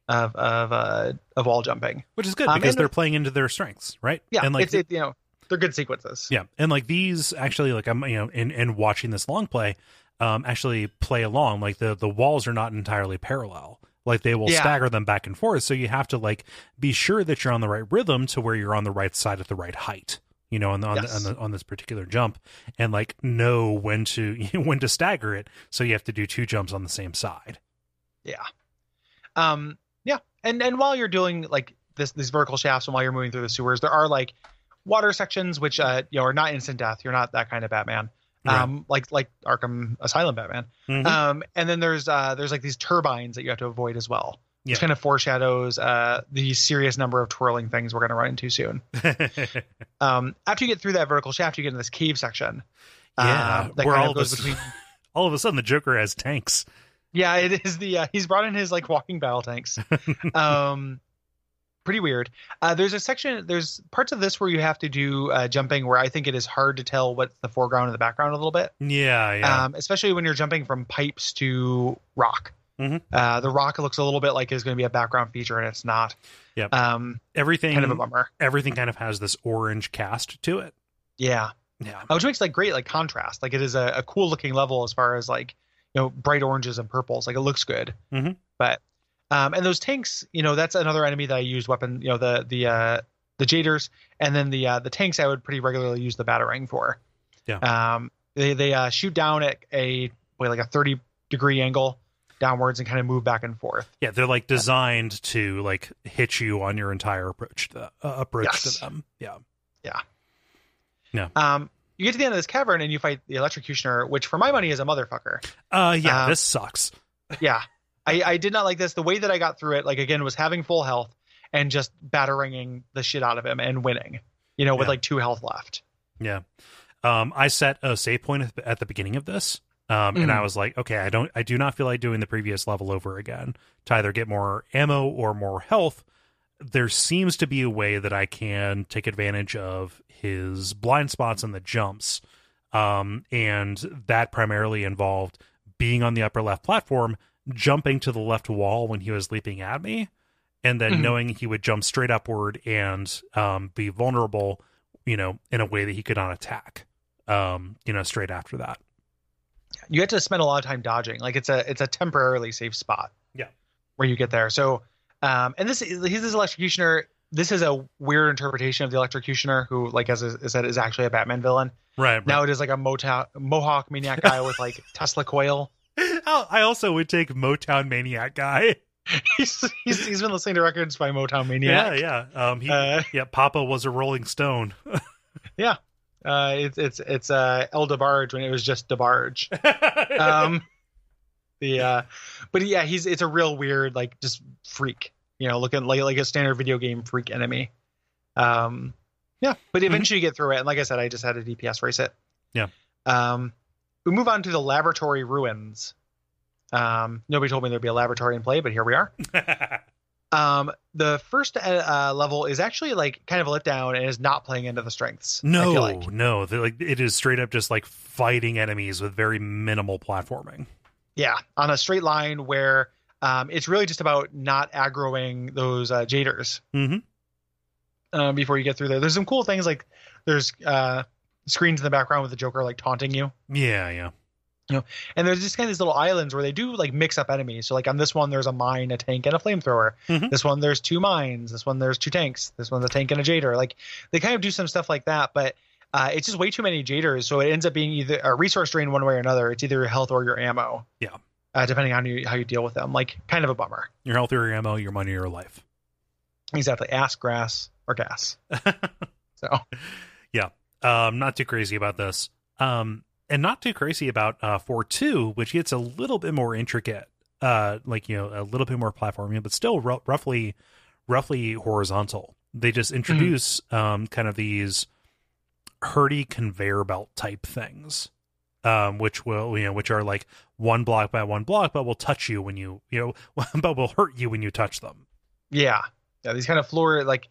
of of uh, of wall jumping. Which is good Um, because and- they're playing into their strengths, right? Yeah, and like it's it, you know, they're good sequences. Yeah, and like these actually, like I'm you know, in in watching this long play, um, actually play along. Like the the walls are not entirely parallel. Like they will Yeah. stagger them back and forth. So you have to like be sure that you're on the right rhythm to where you're on the right side at the right height. You know, on the on, Yes. the, on, the, on this particular jump, and like know when to *laughs* when to stagger it. So you have to do two jumps on the same side. um yeah and and while you're doing like this these vertical shafts and while you're moving through the sewers there are like water sections which uh you know are not instant death you're not that kind of batman um like like arkham asylum batman Mhm. um and then there's uh there's like these turbines that you have to avoid as well Yeah. which kind of foreshadows uh the serious number of twirling things we're going to run into soon *laughs* um after you get through that vertical shaft you get in this cave section Uh, Yeah, that where kind all of of goes us- between *laughs* All of a sudden, the Joker has tanks. Yeah, it is the uh, he's brought in his like walking battle *laughs* tanks. um, pretty weird. Uh, there's a section. There's parts of this where you have to do uh, jumping where I think it is hard to tell what's the foreground and the background a little bit. Yeah, yeah. Um, especially when you're jumping from pipes to rock. Mm-hmm. Uh, the Rock looks a little bit like it's going to be a background feature, and it's not. Yep. Um, everything kind of a bummer. everything kind of has this orange cast to it. Yeah, Yeah. Uh, which makes like great like contrast. Like it is a, a cool looking level as far as like you know bright oranges and purples. Like it looks good. Mhm. But um, and those tanks, you know, that's another enemy that I use weapon. You know the the uh, the jaders and then the uh, the tanks. I would pretty regularly use the batarang for. Yeah. Um, they they uh, shoot down at a wait, like a thirty degree angle downwards and kind of move back and forth. Yeah, they're like designed to like hit you on your entire approach to uh, approach Yes. to them. Yeah. Um, you get to the end of this cavern and you fight the electrocutioner, which for my money is a motherfucker. Uh yeah, Um, this sucks. yeah I, I did not like this the way that i got through it like again was having full health and just batteringing the shit out of him and winning you know with Yeah. like two health left Yeah. Um, I set a save point at the- at the beginning of this. Um, and I was like, okay, I don't, I do not feel like doing the previous level over again to either get more ammo or more health. There seems to be a way that I can take advantage of his blind spots and the jumps. Um, and that primarily involved being on the upper left platform, jumping to the left wall when he was leaping at me, and then Mhm. knowing he would jump straight upward and um, be vulnerable you know, in a way that he could not attack, um, you know, straight after that. you had to spend a lot of time dodging like it's a it's a temporarily safe spot Yeah. where you get there so um and this he's this electrocutioner this is a weird interpretation of the electrocutioner who like as i said is actually a batman villain Right. *laughs* now it is like a mota- mohawk maniac guy with like tesla coil *laughs* I also would take Motown Maniac guy. *laughs* he's, he's he's been listening to records by motown maniac Yeah, yeah. Um, he, Uh, yeah, Papa was a Rolling Stone. *laughs* Uh, it's it's it's uh, El DeBarge when it was just DeBarge. *laughs* Um, the uh, but yeah, he's it's a real weird like just freak. You know, looking like like a standard video game freak enemy. Um, yeah, but eventually you get through it, and like I said, I just had a DPS race it. Mm-hmm. Yeah. Um, we move on to the laboratory ruins. Um, nobody told me there'd be a laboratory in play, but here we are. Um, the first uh, uh, level is actually like kind of a letdown and is not playing into the strengths. I no, feel like. no, they're like it is straight up just like fighting enemies with very minimal platforming. yeah on a straight line where um, it's really just about not aggroing those uh, jaders Mm-hmm. um, before you get through there there's some cool things like there's uh, screens in the background with the joker like taunting you Yeah, yeah. and there's just kind of these little islands where they do like mix up enemies so like on this one there's a mine a tank and a flamethrower Mhm. this one there's two mines this one there's two tanks this one's a tank and a jader like they kind of do some stuff like that but uh, it's just way too many jaders so it ends up being either a resource drain one way or another it's either your health or your ammo Yeah. uh, depending on you, how you deal with them like kind of a bummer Your health, your ammo, your money, your life. Exactly. Ass, grass, or gas. so um not too crazy about this um and not too crazy about uh 4-2 which gets a little bit more intricate uh like you know a little bit more platforming but still ru- roughly roughly horizontal they just introduce um kind of these hurdy conveyor belt type things um which will you know which are like one block by one block but will touch you when you you know *laughs* but will hurt you when you touch them yeah, yeah. These kind of floor like,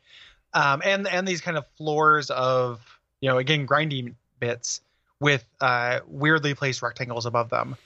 um, and and these kind of floors of you know again grindy bits with uh weirdly placed rectangles above them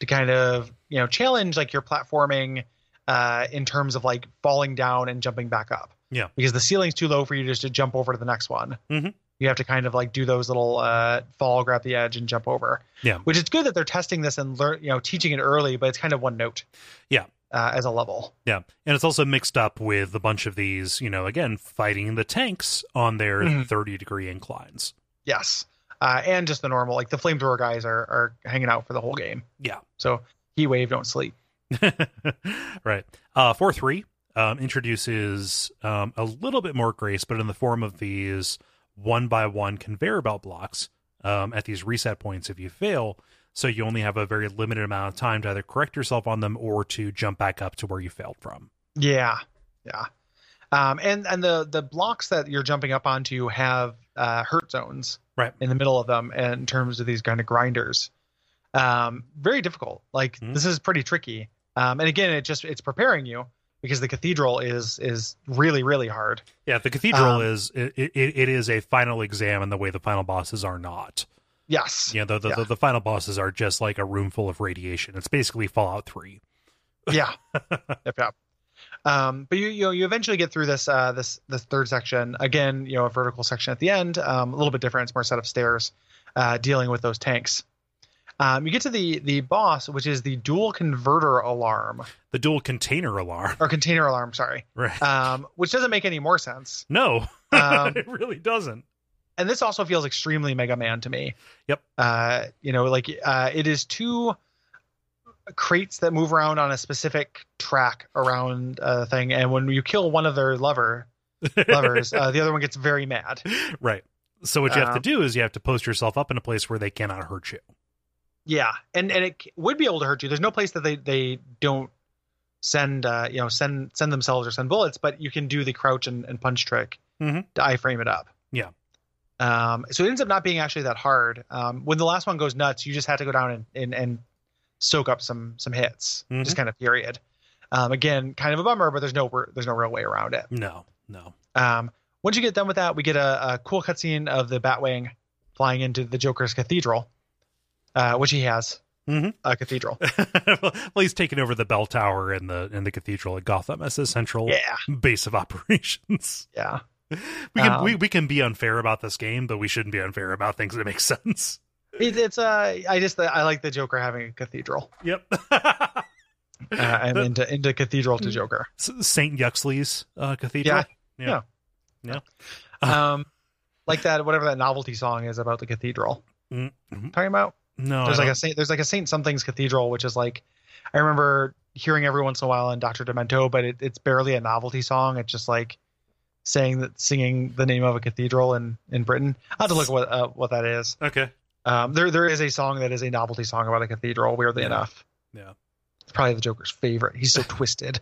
to kind of you know challenge like your platforming uh in terms of like falling down and jumping back up. Yeah. Because the ceiling's too low for you just to jump over to the next one. Mhm. You have to kind of like do those little uh fall, grab the edge, and jump over. Yeah. Which is good that they're testing this and learn you know teaching it early, but it's kind of one note. Yeah. Uh, as a level. Yeah, and it's also mixed up with a bunch of these, you know, again fighting the tanks on their Mhm. thirty degree inclines. *laughs* Yes. Uh, and just the normal, like the flamethrower guys are, are hanging out for the whole game. Yeah, So he wave, don't sleep. right. Uh, Four three um, introduces um, a little bit more grace, but in the form of these one by one conveyor belt blocks um, at these reset points if you fail. So you only have a very limited amount of time to either correct yourself on them or to jump back up to where you failed from. Yeah. Yeah. Um, and, and the, the blocks that you're jumping up onto have, uh, hurt zones Right. in the middle of them. in terms of these kind of grinders, um, very difficult. Like Mhm. this is pretty tricky. Um, and again, it just, it's preparing you because the cathedral is, is really, really hard. Yeah, the cathedral Um, is it, it, it is a final exam in the way the final bosses are not. Yes. you know the the, Yeah. the, the final bosses are just like a room full of radiation it's basically fallout 3 yeah yep yep um but you you know you eventually get through this uh this this third section again you know a vertical section at the end um a little bit different it's more set of stairs uh dealing with those tanks um you get to the the boss which is the dual converter alarm The dual container alarm. *laughs* or container alarm sorry Right. um which doesn't make any more sense no, *laughs* um it really doesn't. and this also feels extremely Mega Man to me. Yep. Uh, you know, like uh, it is two crates that move around on a specific track around a thing, and when you kill one of their lover lovers, uh, the other one gets very mad. Right. So what you have to Um, do is you have to post yourself up in a place where they cannot hurt you. Yeah, and and it c- would be able to hurt you. There's no place that they they don't send uh, you know send send themselves or send bullets, but you can do the crouch and, and punch trick Mhm. to iframe it up. Yeah. Um, so it ends up not being actually that hard. Um, when the last one goes nuts, you just had to go down and and, and soak up some some hits. Mhm. Just kind of period. Um, again, kind of a bummer, but there's no wor- there's no real way around it. No, no. *laughs* Um, once you get done with that, we get a, a cool cutscene of the Batwing flying into the Joker's cathedral, uh, which he has Mhm. a cathedral. well, he's taken over the bell tower and the and the cathedral at Gotham as his central yeah, base of *laughs* operations. yeah, We can Um, we, we can be unfair about this game, but we shouldn't be unfair about things that make *laughs* sense. it, it's uh, I just I like the Joker having a cathedral. Yep. *laughs* Uh, I'm into into cathedral to Joker. Saint Yuxley's uh, cathedral. Yeah, Yeah. um, like that whatever that novelty song is about the cathedral. Mm, mhm. Talking about No, there's I like a don't- saint there's like a Saint something's cathedral, which is like I remember hearing every once in a while in Doctor Demento, but it, it's barely a novelty song. It's just like saying that singing the name of a cathedral in in Britain. I will have to look what uh, what that is. okay. Um, there there is a song that is a novelty song about a cathedral. Weirdly Yeah. enough, Yeah. *laughs* it's probably the Joker's favorite. He's so twisted.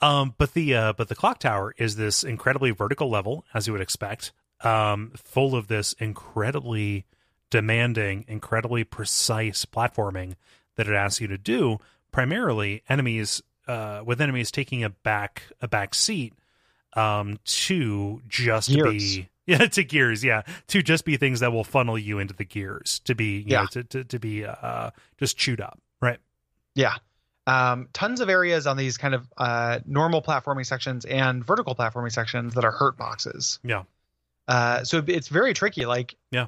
um, but the uh, but the clock tower is this incredibly vertical level, as you would expect, um, full of this incredibly demanding, incredibly precise platforming that it asks you to do. Primarily, enemies uh, with enemies taking a back a back seat um, to just Gears. be *laughs* yeah to gears yeah to just be things that will funnel you into the gears to be you Yeah. know, to, to to be uh, just chewed up right Yeah. Um, tons of areas on these kind of uh, normal platforming sections and vertical platforming sections that are hurt boxes. Yeah. Uh, so it- it's very tricky. Like, Yeah.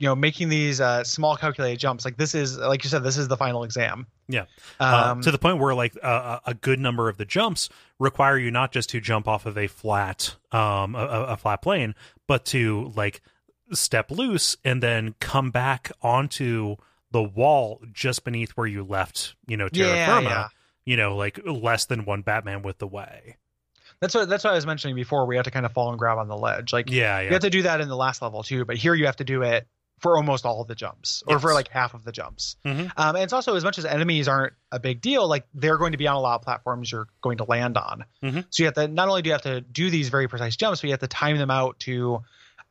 You know, making these uh, small calculated jumps. Like this is, like you said, this is the final exam. Yeah. Um, um, to the point where like a, a good number of the jumps require you not just to jump off of a flat um a, a a flat plane but to like step loose and then come back onto the wall just beneath where you left you know terra Yeah, firma yeah. you know like less than one batman with the way that's what that's what I was mentioning before. We have to kind of fall and grab on the ledge. Like yeah you yeah have to do that in the last level too, but here you have to do it for almost all of the jumps, or for Yes. like half of the jumps. Mhm. Um, and it's also as much as enemies aren't a big deal, like they're going to be on a lot of platforms you're going to land on. Mhm. So you have to not only do you have to do these very precise jumps, but you have to time them out to,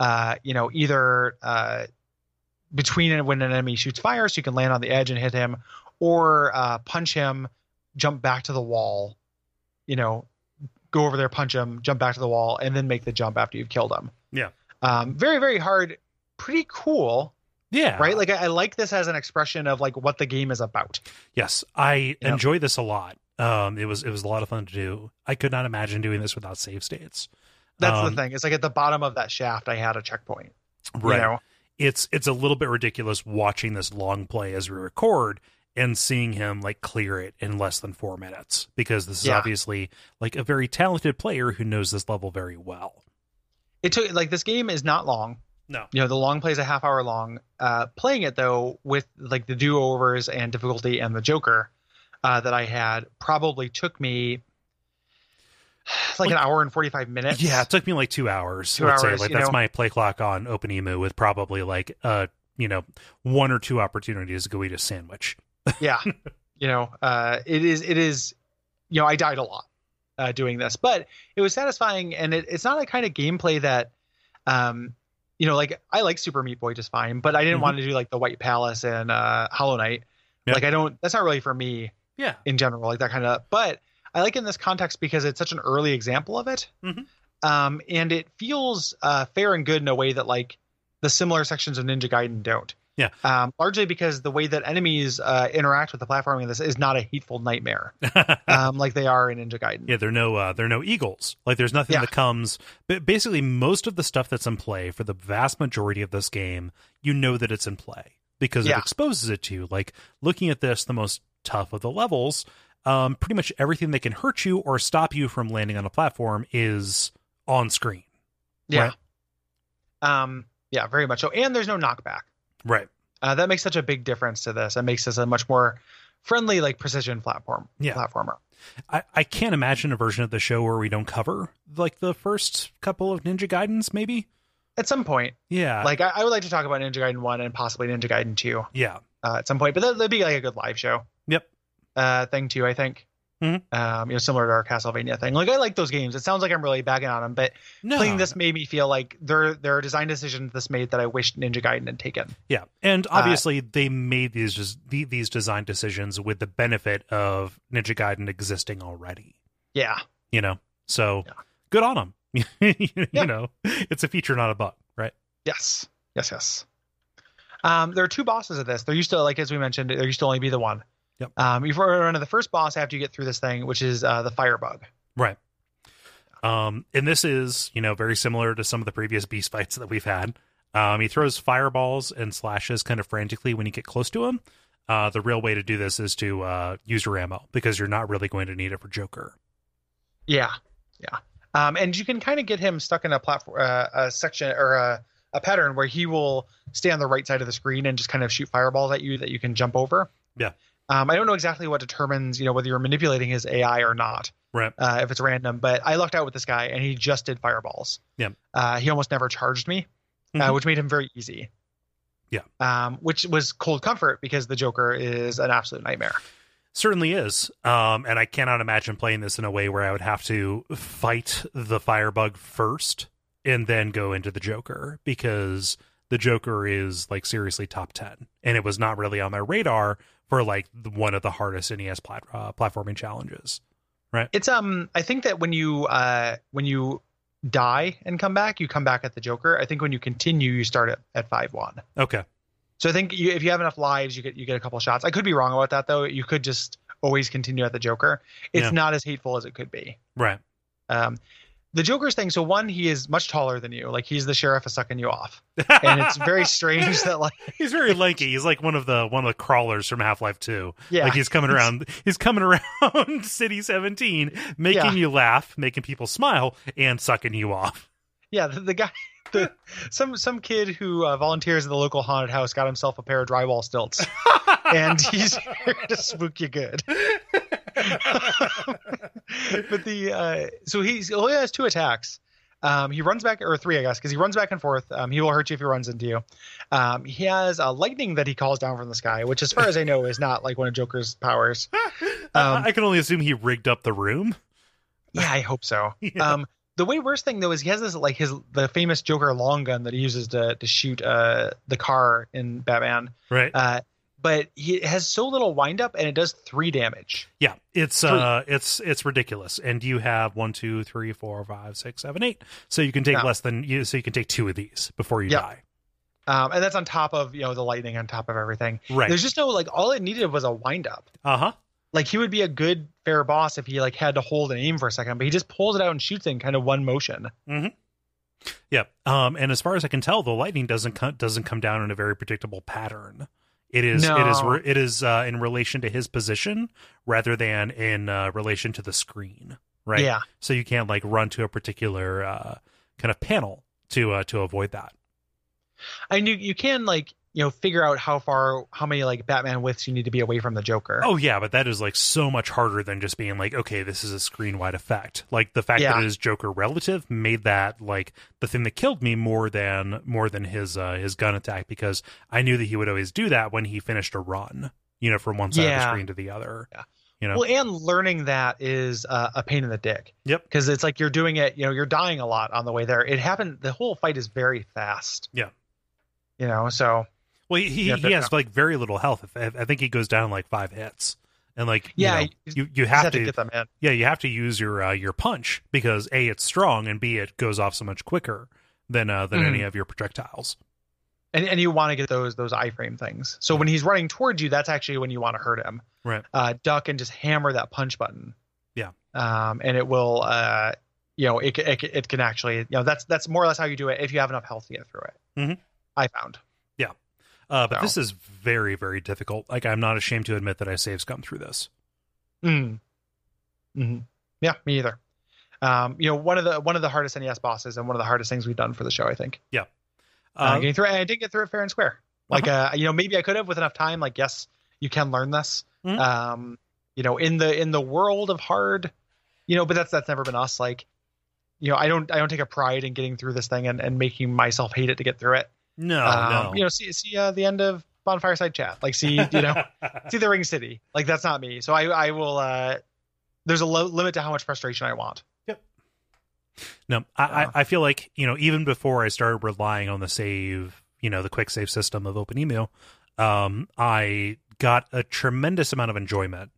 uh, you know, either uh, between when an enemy shoots fire, so you can land on the edge and hit him, or uh, punch him, jump back to the wall, you know, go over there, punch him, jump back to the wall, and then make the jump after you've killed him. Yeah. Um, very, very hard. Pretty cool, yeah right? Like I, I like this as an expression of like what the game is about. yes i Yeah. enjoy this a lot um it was it was a lot of fun to do i could not imagine doing this without save states That's Um, the thing. It's like at the bottom of that shaft, I had a checkpoint. right You know? it's it's a little bit ridiculous watching this long play as we record and seeing him like clear it in less than four minutes because this is Yeah. obviously like a very talented player who knows this level very well. It took like this game is not long. No. You know, the long play is a half hour long. Uh, playing it though with like the do overs and difficulty and the Joker uh, that I had probably took me *sighs* like, an hour and forty five minutes. Yeah, it took me like two hours. Two let's say hours, like you that's know. my play clock on OpenEMU with probably like uh you know one or two opportunities to go eat a sandwich. yeah you know uh it is it is you know i died a lot uh doing this but it was satisfying and it, it's not a kind of gameplay that um you know like i like super meat boy just fine but i didn't Mhm. want to do like the white palace and uh hollow knight Yeah. like i don't that's not really for me Yeah, in general, like that kind of. But I like it in this context because it's such an early example of it, Mhm. um, and it feels uh, fair and good in a way that like the similar sections of Ninja Gaiden don't. Yeah. Um, largely because the way that enemies uh, interact with the platforming of this is not a hateful *laughs* nightmare, um, like they are in Ninja Gaiden. Yeah, there are no uh, there are no eagles. Like there's nothing Yeah. that comes. But basically, most of the stuff that's in play for the vast majority of this game, you know that it's in play because it Yeah. exposes it to you. Like looking at this, the most tough of the levels, um, pretty much everything that can hurt you or stop you from landing on a platform is on screen. Yeah. Um, yeah, very much so. And there's no knockback. Right. Uh, that makes such a big difference to this. It makes this a much more friendly, like precision platform Yeah. platformer. I, I can't imagine a version of the show where we don't cover like the first couple of Ninja Guidance, maybe. At some point, Yeah. like I, I would like to talk about Ninja Gaiden One and possibly Ninja Gaiden Two yeah. uh, at some point, but that, that'd be like a good live show. Yep. uh, thing too. I think, Mhm. um, you know, similar to our Castlevania thing. Like I like those games. It sounds like I'm really bagging on them, but No. playing this made me feel like there there are design decisions this made that I wish Ninja Gaiden had taken. Yeah, and Uh, obviously they made these just the, these design decisions with the benefit of Ninja Gaiden existing already. Yeah, You know, so Yeah. good on them. *laughs* you Yeah. know, it's a feature, not a bug, right? yes, yes, yes. Um, there are two bosses of this. There used to, like as we mentioned, there used to only be the one. Yep. Um, you've already run to the first boss after you get through this thing, which is uh, the firebug. Right. Um, and this is you know very similar to some of the previous beast fights that we've had. Um, he throws fireballs and slashes kind of frantically when you get close to him. Uh, the real way to do this is to uh, use your ammo because you're not really going to need it for Joker. Yeah, yeah. Um, and you can kind of get him stuck in a platform, uh, a section or a, a pattern where he will stay on the right side of the screen and just kind of shoot fireballs at you that you can jump over. Yeah. Um, I don't know exactly what determines, you know, whether you're manipulating his AI or not, Right. uh, if it's random. But I lucked out with this guy, and he just did fireballs. Yeah. Uh, he almost never charged me, uh, Mhm. which made him very easy. Yeah. Um, which was cold comfort because the Joker is an absolute nightmare. certainly is um and i cannot imagine playing this in a way where i would have to fight the firebug first and then go into the joker because the joker is like seriously top 10 and it was not really on my radar for like the- one of the hardest nes plat- uh, platforming challenges It's um I think that when you uh when you die and come back, you come back at the Joker. I think when you continue, you start at, at five one. okay So I think you, if you have enough lives, you get you get a couple shots. I could be wrong about that though. You could just always continue at the Joker. It's Yeah. not as hateful as it could be. right Um, the Joker's thing. So one, he is much taller than you. Like he's the sheriff is sucking you off, *laughs* and it's very strange that like *laughs* he's very lanky he's like one of the one of the crawlers from half-life 2 yeah Like he's coming around, he's coming *laughs* around City 17, making Yeah. you laugh, making people smile, and sucking you off. yeah the, the guy *laughs* the some some kid who uh, volunteers at the local haunted house got himself a pair of drywall stilts. and he's here to spook you good. *laughs* but the uh, so he's he only has two attacks. Um, he runs back or three, I guess, because he runs back and forth. Um, he will hurt you if he runs into you. Um, he has a lightning that he calls down from the sky, which, as far as I know, is not like one of Joker's powers. I- Um, I can only assume he rigged up the room. Yeah, *laughs* I hope so. Yeah. Um, the way worse thing though is he has this like his the famous Joker long gun that he uses to to shoot uh the car in Batman. Right. Uh, but he has so little windup and it does three damage. yeah. It's uh it's it's ridiculous. And you have one, two, three, four, five, six, seven, eight. So you can take Yeah. less than you so you can take two of these before you Yeah. die. Um, and that's on top of you know the lightning on top of everything. Right. There's just no like all it needed was a wind up. Uh huh. Like he would be a good fair boss if he like had to hold and aim for a second, but he just pulls it out and shoots in kind of one motion. Yeah. Um and as far as I can tell, the lightning doesn't co- doesn't come down in a very predictable pattern. It is it is No. re- it is uh, in relation to his position rather than in uh, relation to the screen. Right. Yeah. So you can't like run to a particular uh kind of panel to uh to avoid that. And you you can like you know figure out how far how many like Batman widths you need to be away from the Joker. Oh yeah, but that is like so much harder than just being like, okay, this is a screen wide effect. Like the fact that Yeah. it is Joker relative made that like the thing that killed me more than more than his uh, his gun attack because I knew that he would always do that when he finished a run, you know, from one side of the Yeah. screen to the other. Yeah. You know, Well, and learning that is uh, a pain in the dick. Yep. Because it's like you're doing it, you know, you're dying a lot on the way there. It happened. The whole fight is very fast. Yeah. You know, so well, he he, yeah, he but- has like very little health. If- if- I think he goes down like five hits, and like Yeah, you you- know, you, you you just have to get them in. yeah, you have to use your uh, your punch because a it's strong and b it goes off so much quicker than uh, than Mhm. any of your projectiles. and, and you want to get those those iframe things. So when he's running towards you, that's actually when you want to hurt him. Right. Uh, duck and just hammer that punch button. Yeah. Um, and it will, uh, you know, it, c- it c- it can actually, you know, that's that's more or less how you do it if you have enough health to get through it. Mhm. I found. Uh, but So. this is very, very difficult. Like, I'm not ashamed to admit that I save scum through this. Mm. hmm Yeah, me either. Um, you know, one of the one of the hardest NES bosses and one of the hardest things we've done for the show, I think. Uh, Uh, getting through, and I did get through it fair and square. Like, uh you know, maybe I could have with enough time. Like, yes, you can learn this. Mhm. Um, you know, in the in the world of hard, you know, but that's that's never been us. Like, you know, I don't I don't take a pride in getting through this thing and, and making myself hate it to get through it. no, um, Oh, no. You know, see see uh, the end of Bonfireside Chat. Like, see you know, *laughs* see the Ring City. Like, that's not me. So I I will. uh There's a lo- limit to how much frustration I want. *laughs* No, I, Uh. I I feel like you know even before I started relying on the save, you know, the quick save system of OpenEMU, um, I got a tremendous amount of enjoyment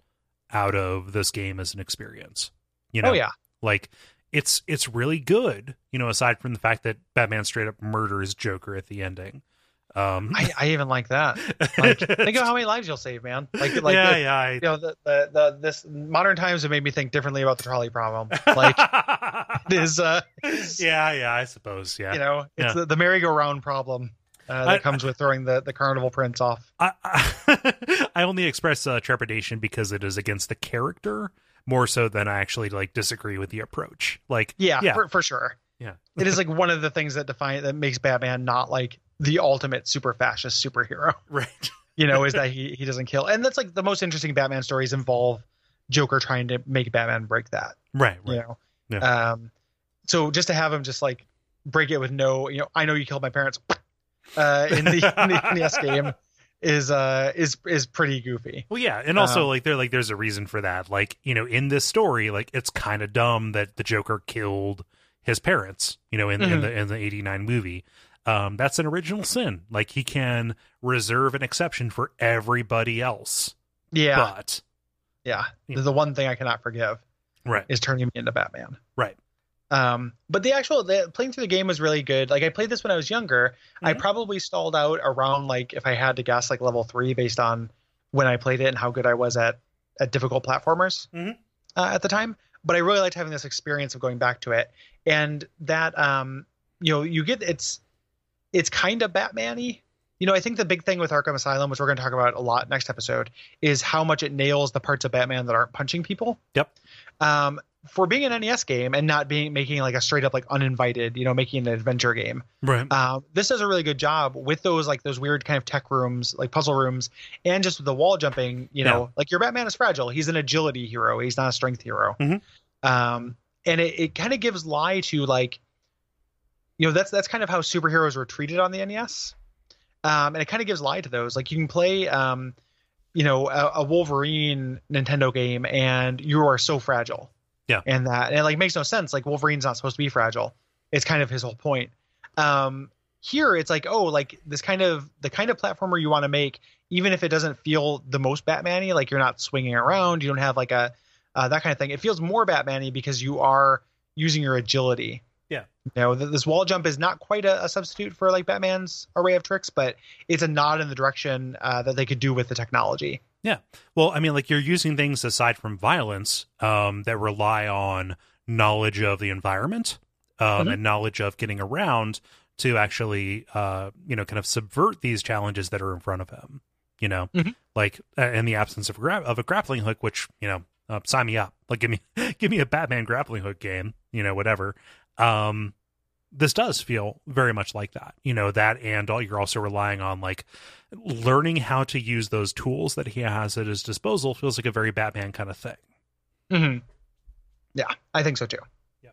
out of this game as an experience. You know, Oh yeah, like it's it's really good. You know, aside from the fact that Batman straight up murders Joker at the ending. Um, I, I even like *laughs* that. Like, think of how many lives you'll save, man. Like like yeah, the- yeah, I- you know the, the, the this modern times have made me think differently about the trolley *laughs* problem like this uh is, yeah, yeah, I suppose, yeah. you know it's Yeah. the, the merry-go-round problem uh, that I- comes with throwing the the carnival prince off I, I, *laughs* I only express uh, trepidation because it is against the character more so than I actually like disagree with the approach. Like, yeah, yeah, For, for sure yeah, it is like one of the things that define that makes batman not like the ultimate super fascist superhero *laughs* right, you know *laughs* is that he he doesn't kill and that's like the most interesting batman stories involve joker trying to make batman break that right, you right. know um so just to have him just like break it with no you know i know you killed my parents *laughs* uh in the, in the nes game is uh is is pretty goofy Well, yeah, and also Um, like there, like there's a reason for that. Like, you know, in this story, like it's kind of dumb that the Joker killed his parents. You know, in, in Mhm. the in the '89 movie, um, that's an original sin. Like, he can reserve an exception for everybody else, yeah but yeah Yeah. the one thing i cannot forgive right, is turning me into batman Right. um but the actual the, playing through the game was really good like i played this when i was younger i Mhm. probably stalled out around like if i had to guess like level three based on when i played it and how good i was at at difficult platformers Mhm. uh, at the time but i really liked having this experience of going back to it and that um you know you get it's it's kind of batman-y you know i think the big thing with arkham asylum which we're going to talk about a lot next episode is how much it nails the parts of batman that aren't punching people Yep. um for being an nes game and not being making like a straight up like uninvited you know making an adventure game right, um, this does a really good job with those like those weird kind of tech rooms, like puzzle rooms, and just with the wall jumping. You know, like your Batman is fragile. He's an agility hero. He's not a strength hero. Mhm. Um, and it, it kind of gives lie to like, you know, that's that's kind of how superheroes were treated on the NES. Um, and it kind of gives lie to those. Like you can play, um, you know, a, a Wolverine Nintendo game, and you are so fragile. Yeah. And that and it like makes no sense. Like Wolverine's not supposed to be fragile. It's kind of his whole point um here it's like oh like this kind of the kind of platformer you want to make even if it doesn't feel the most batman-y like you're not swinging around you don't have like a uh, that kind of thing it feels more batman-y because you are using your agility Yeah. you know th- this wall jump is not quite a, a substitute for like batman's array of tricks but it's a nod in the direction uh, that they could do with the technology Well, I mean, like you're using things aside from violence um, that rely on knowledge of the environment um, Mhm. and knowledge of getting around to actually, uh, you know, kind of subvert these challenges that are in front of him. You know, Mhm. like uh, in the absence of gra- of a grappling hook, which you know, uh, sign me up. Like, give me *laughs* give me a Batman grappling hook game. You know, whatever. Um, this does feel very much like that. You know, that and all you're also relying on like learning how to use those tools that he has at his disposal feels like a very Batman kind of thing. Mm-hmm. Yeah, I think so too. Yeah.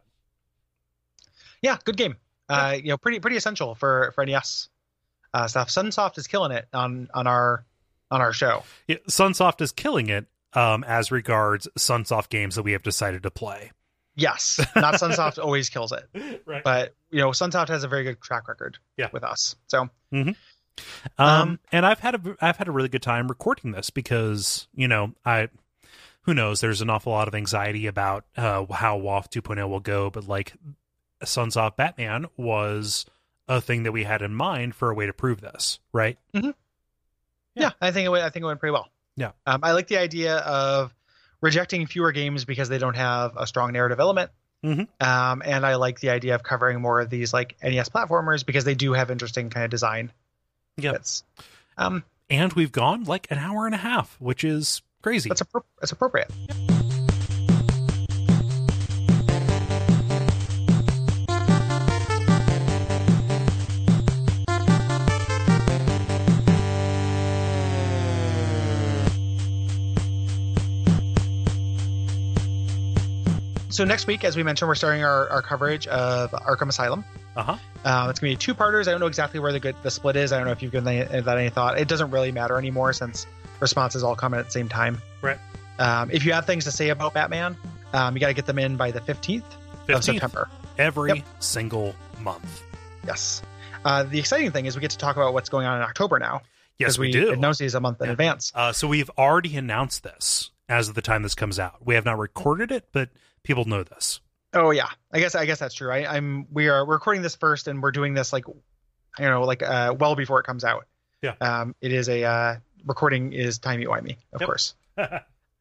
Yeah, good game. Uh, you know, pretty pretty essential for for NES uh, stuff. Sunsoft is killing it on on our on our show. Yeah, Sunsoft is killing it um, as regards Sunsoft games that we have decided to play. Yes, *laughs* not Sunsoft always kills it, Right. but you know, Sunsoft has a very good track record Yeah. with us. So Um, um, and I've had a I've had a really good time recording this because you know I who knows there's an awful lot of anxiety about oh uh, how WoF 2.0 will go, but like Sunsoft Batman was a thing that we had in mind for a way to prove this, right? Yeah, I think it went, I think it went pretty well. Yeah. um, I like the idea of rejecting fewer games because they don't have a strong narrative element. Mhm. Um, and I like the idea of covering more of these like NES platformers because they do have interesting kind of design. Yeah. that's um, And we've gone like an hour and a half, which is crazy. that's, appro- that's appropriate. So next week, as we mentioned, we're starting our, our coverage of Arkham Asylum. uh-huh. Uh, it's gonna be two parters. I don't know exactly where the good the split is. I don't know if you've given any- that any thought. It doesn't really matter anymore since responses all come in at the same time. Right. Um, if you have things to say about Batman, um, you got to get them in by the fifteenth of 15th. September. Every Yep. single month. Yes. Uh, the exciting thing is we get to talk about what's going on in October now. Yes, 'cause we, do. Announced these a month in Yeah. advance. Uh, so we've already announced this as of the time this comes out. We have not recorded it, but people know this. Oh yeah, I guess I guess that's true. I, I'm we are we're recording this first, and we're doing this like, you know, like uh, well before it comes out. Yeah. Um, it is a uh, recording is timey wimey, of Yep. *laughs* course.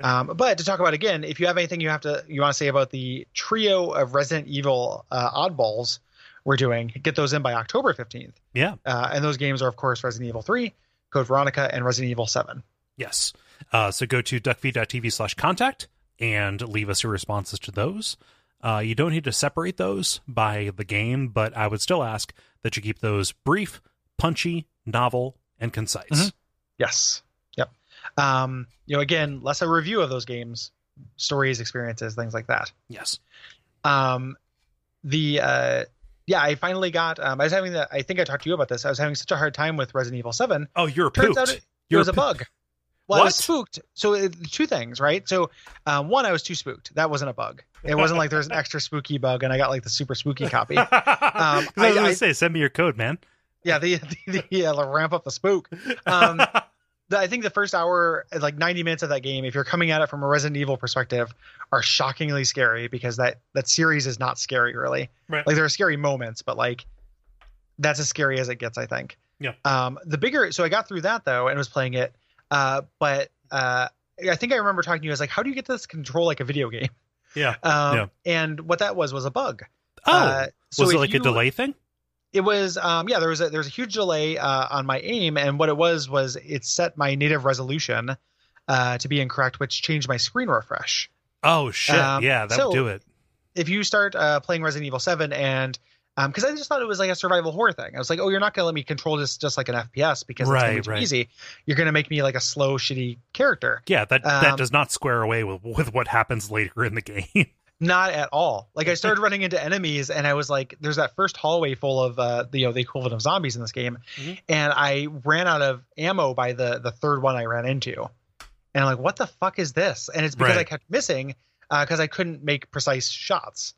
Um, but to talk about again, if you have anything you have to you want to say about the trio of Resident Evil uh, oddballs we're doing, get those in by October fifteenth. Yeah. Uh, and those games are of course Resident Evil three, Code Veronica, and Resident Evil seven. Yes. Uh, so go to duckfeed.tv slash contact and leave us your responses to those. Uh, you don't need to separate those by the game, but I would still ask that you keep those brief, punchy, novel, and concise. Mhm. Yes. Yep. Um, you know, again, less a review of those games, stories, experiences, things like that. Yes. um the uh yeah i finally got um i was having the i think i talked to you about this i was having such a hard time with resident evil 7 Oh, you're turns pooped. out it, it You're was a pooped. bug well i What? was spooked so it, two things right so um, one i was too spooked that wasn't a bug it wasn't like there's an extra spooky bug and i got like the super spooky *laughs* copy 'Cause I Um, I- was going I- to say, send me your code, man. yeah the the, the uh, ramp up the spook *laughs* um the, I think the first hour, like 90 minutes of that game, if you're coming at it from a Resident Evil perspective, are shockingly scary because that that series is not scary really. Right. Like there are scary moments, but like that's as scary as it gets, I think. Yeah. Um, the bigger, so I got through that though and was playing it, uh, but uh, I think I remember talking to you. I was like, "How do you get this control like a video game?" yeah. Um, Yeah. And what that was was a bug. Oh, Uh, so was it if like a you- delay thing? it was um yeah there was a there was a huge delay uh, on my aim and what it was was it set my native resolution uh, to be incorrect which changed my screen refresh Oh shit! Um, yeah, that so- would do it. if you start uh, playing resident evil 7 and um because i just thought it was like a survival horror thing i was like oh you're not gonna let me control this just like an fps because it's gonna be Right, too right. easy you're gonna make me like a slow shitty character Yeah, that that um, does not square away with, with what happens later in the game. *laughs* Not at all. Like I started running into enemies, and I was like, "There's that first hallway full of uh, the, you know the equivalent of zombies in this game," Mhm. and I ran out of ammo by the the third one I ran into, and I'm like, "What the fuck is this?" And it's because I Right. kept missing because I couldn't make precise shots,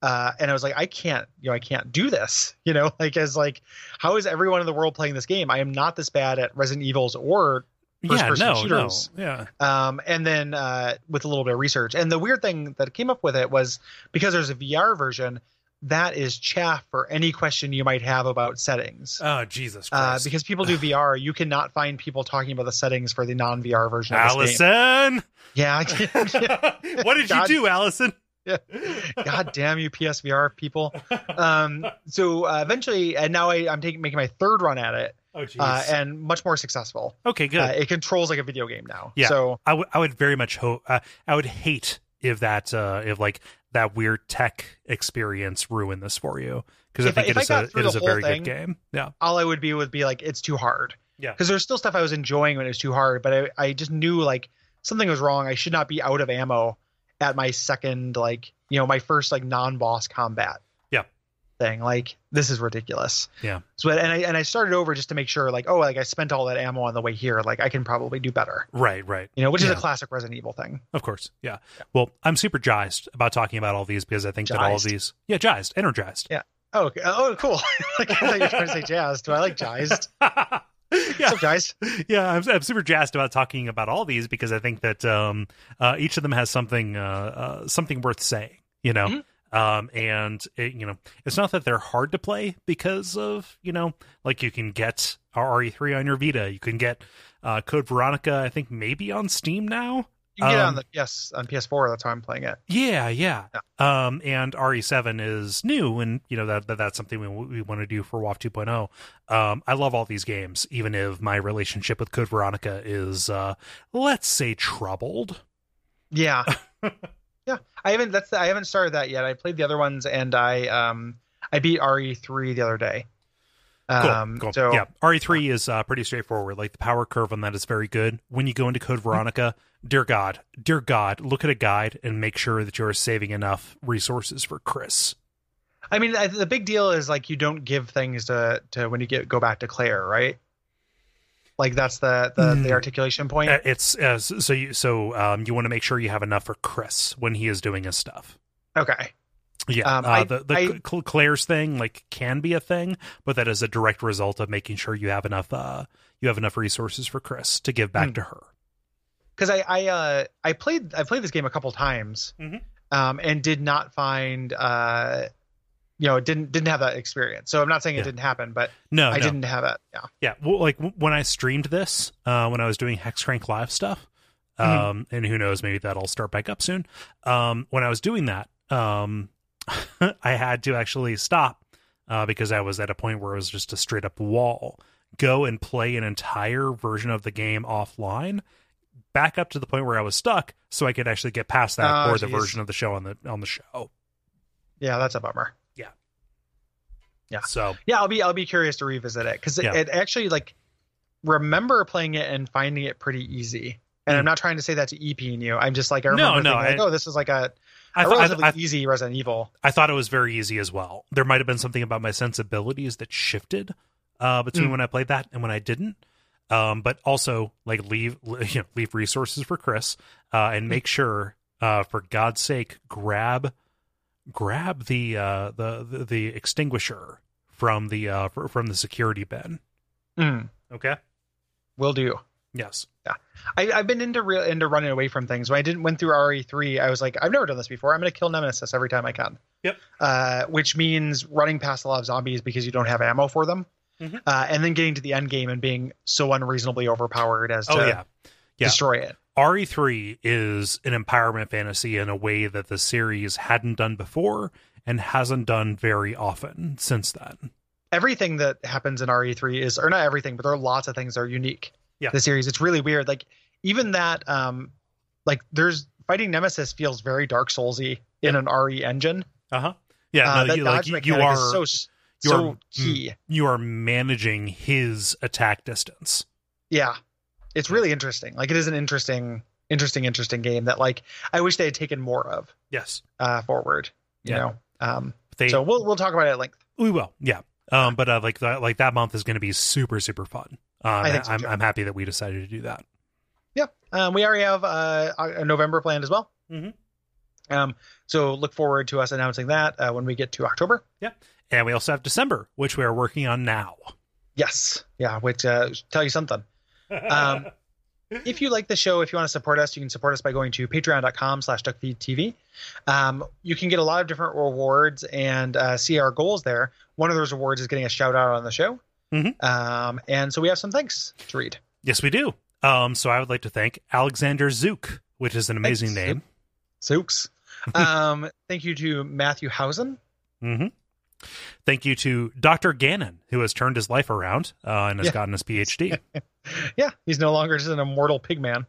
uh, and I was like, "I can't, you know, I can't do this." *laughs* You know, like as like, how is everyone in the world playing this game? I am not this bad at Resident Evils or yeah, First-person no, shooters. no, yeah, um, and then uh, with a little bit of research. And the weird thing that came up with it was because there's a VR version, that is chaff for any question you might have about settings. Oh Jesus Uh, Christ! because people do VR, you cannot find people talking about the settings for the non-VR version of this game. Allison, Yeah, I can't- *laughs* *laughs* what did God. you do, Allison? God damn you, PSVR people. Um, so uh, eventually, and now I, I'm taking making my third run at it, Oh jeez. uh, and much more successful. okay, good. Uh, it controls like a video game now. Yeah. So I would I would very much hope. Uh, I would hate if that uh, if like that weird tech experience ruined this for you because I If I- think it if I is got a through it is the a whole very thing- good game. Yeah, all I would be would be like, it's too hard. Yeah. Because there's still stuff I was enjoying when it was too hard, but I, I just knew like something was wrong. I should not be out of ammo at my second, like, you know, my first like non boss combat. Yeah. Thing. Like, this is ridiculous. Yeah. So, and I, and I started over just to make sure, like, oh, like I spent all that ammo on the way here. Like, I can probably do better, right, right. you know, which is Yeah. a classic Resident Evil thing. Of course, yeah. Well, I'm super jazzed about talking about all these because I think that all of Jazzed. these, yeah, jazzed, energized. *laughs* Oh, okay. oh, cool. *laughs* like, I thought you were trying to say jazzed, but I like *laughs* jazzed. yeah, What's up, jazzed? yeah. I'm, I'm super jazzed about talking about all these because I think that um, uh, each of them has something, uh, uh, something worth saying. You know, Um, and it, you know, it's not that they're hard to play because of you know, like you can get RE3 on your Vita, you can get uh, Code Veronica, I think maybe on Steam now. You can get it on Um, the yes on PS4. That's how I'm playing it. Yeah, yeah. Um, and RE7 is new, and you know that, that that's something we we want to do for WAF 2.0. Um, I love all these games, even if my relationship with Code Veronica is, uh, let's say, troubled. *laughs* Yeah, yeah. I haven't. That's. The, I haven't started that yet. I played the other ones, and I um I beat RE3 the other day. Cool, Um, cool. So yeah, RE3 is uh, pretty straightforward. Like the power curve on that is very good. When you go into Mm-hmm. Code Veronica, dear God, dear God, look at a guide and make sure that you're saving enough resources for Chris. I mean, I, the big deal is like you don't give things to to when you get go back to Claire, right? Like that's the the, the articulation point. Uh, It's uh, s- so you so um, you want to make sure you have enough for Chris when he is doing his stuff. Okay. Yeah, Um, uh, I- the, the I- Cl- Cl- Claire's thing like can be a thing, but that is a direct result of making sure you have enough uh you have enough resources for Chris to give back Hmm. to her. because I I uh, I played I played this game a couple times, Mhm. um, and did not find uh, you know, it didn't didn't have that experience. So I'm not saying Yeah. it didn't happen, but No, I no. didn't have it. Yeah, Yeah, well, like w- when I streamed this, uh, when I was doing Hexcrank Live stuff, um, and who knows, maybe that'll start back up soon. Um, when I was doing that, um, *laughs* I had to actually stop uh, because I was at a point where it was just a straight up wall. Go and play an entire version of the game offline, back up to the point where I was stuck, so I could actually get past that Oh, or the geez. version of the show on the on the show. yeah, that's a bummer. Yeah. So Yeah, I'll be I'll be curious to revisit it because it, Yeah. it actually like remember playing it and finding it pretty easy. And I'm Mm. not trying to say that to EP and you. I'm just like I No, remember no, thinking like, I- oh, this is like a, I, a thought- I- relatively I easy Resident Evil. I thought it was very easy as well. There might have been something about my sensibilities that shifted uh, between Mm. when I played that and when I didn't. Um, but also, like leave *laughs* you know, leave resources for Chris uh, and make sure, uh, for God's sake, grab grab the uh, the the- the extinguisher from the uh, fr- from the security bin. Mm, Okay. will do. Yes. I, I've been into real into running away from things. When I didn't went through RE three, I was like, I've never done this before. I'm going to kill Nemesis every time I can. Yep. Uh, which means running past a lot of zombies because you don't have ammo for them, Mhm. uh, and then getting to the end game and being so unreasonably overpowered as Oh to yeah. yeah. destroy it. RE3 E is an empowerment fantasy in a way that the series hadn't done before and hasn't done very often since then. Everything that happens in RE three is, or not everything, but there are lots of things that are unique. Yeah. The series, it's really weird. Like even that, um, like there's fighting Nemesis feels very Dark Soulsy in an RE engine. Uh huh. Yeah, uh, no, that you, like dodge you, you mechanic are is so you so are- mm. key. you are managing his attack distance. yeah it's really interesting like it is an interesting interesting interesting game that like i wish they had taken more of Yes, uh forward you Yeah. know um they so we'll we'll talk about it at length we will. Yeah, um, but uh, like that, like that month is going to be super super fun. Um, I think so, am too. I'm happy that we decided to do that. yeah um we already have uh a november planned as well Mhm. um so look forward to us announcing that uh, when we get to october And we also have December, which we are working on now. yes yeah which uh tell you something um if you like the show if you want to support us you can support us by going to patreon.com slash duckfeedtv um, you can get a lot of different rewards and uh, see our goals there one of those rewards is getting a shout out on the show Mhm. um, and so we have some thanks to read Yes, we do. Um, so I would like to thank Alexander Zook, which is an amazing Thanks, name. Sooks. um, thank you to matthew hausen hmm Thank you to Dr. Gannon, who has turned his life around uh, and has Yeah. gotten his PhD. yeah he's no longer just an immortal *laughs* pigman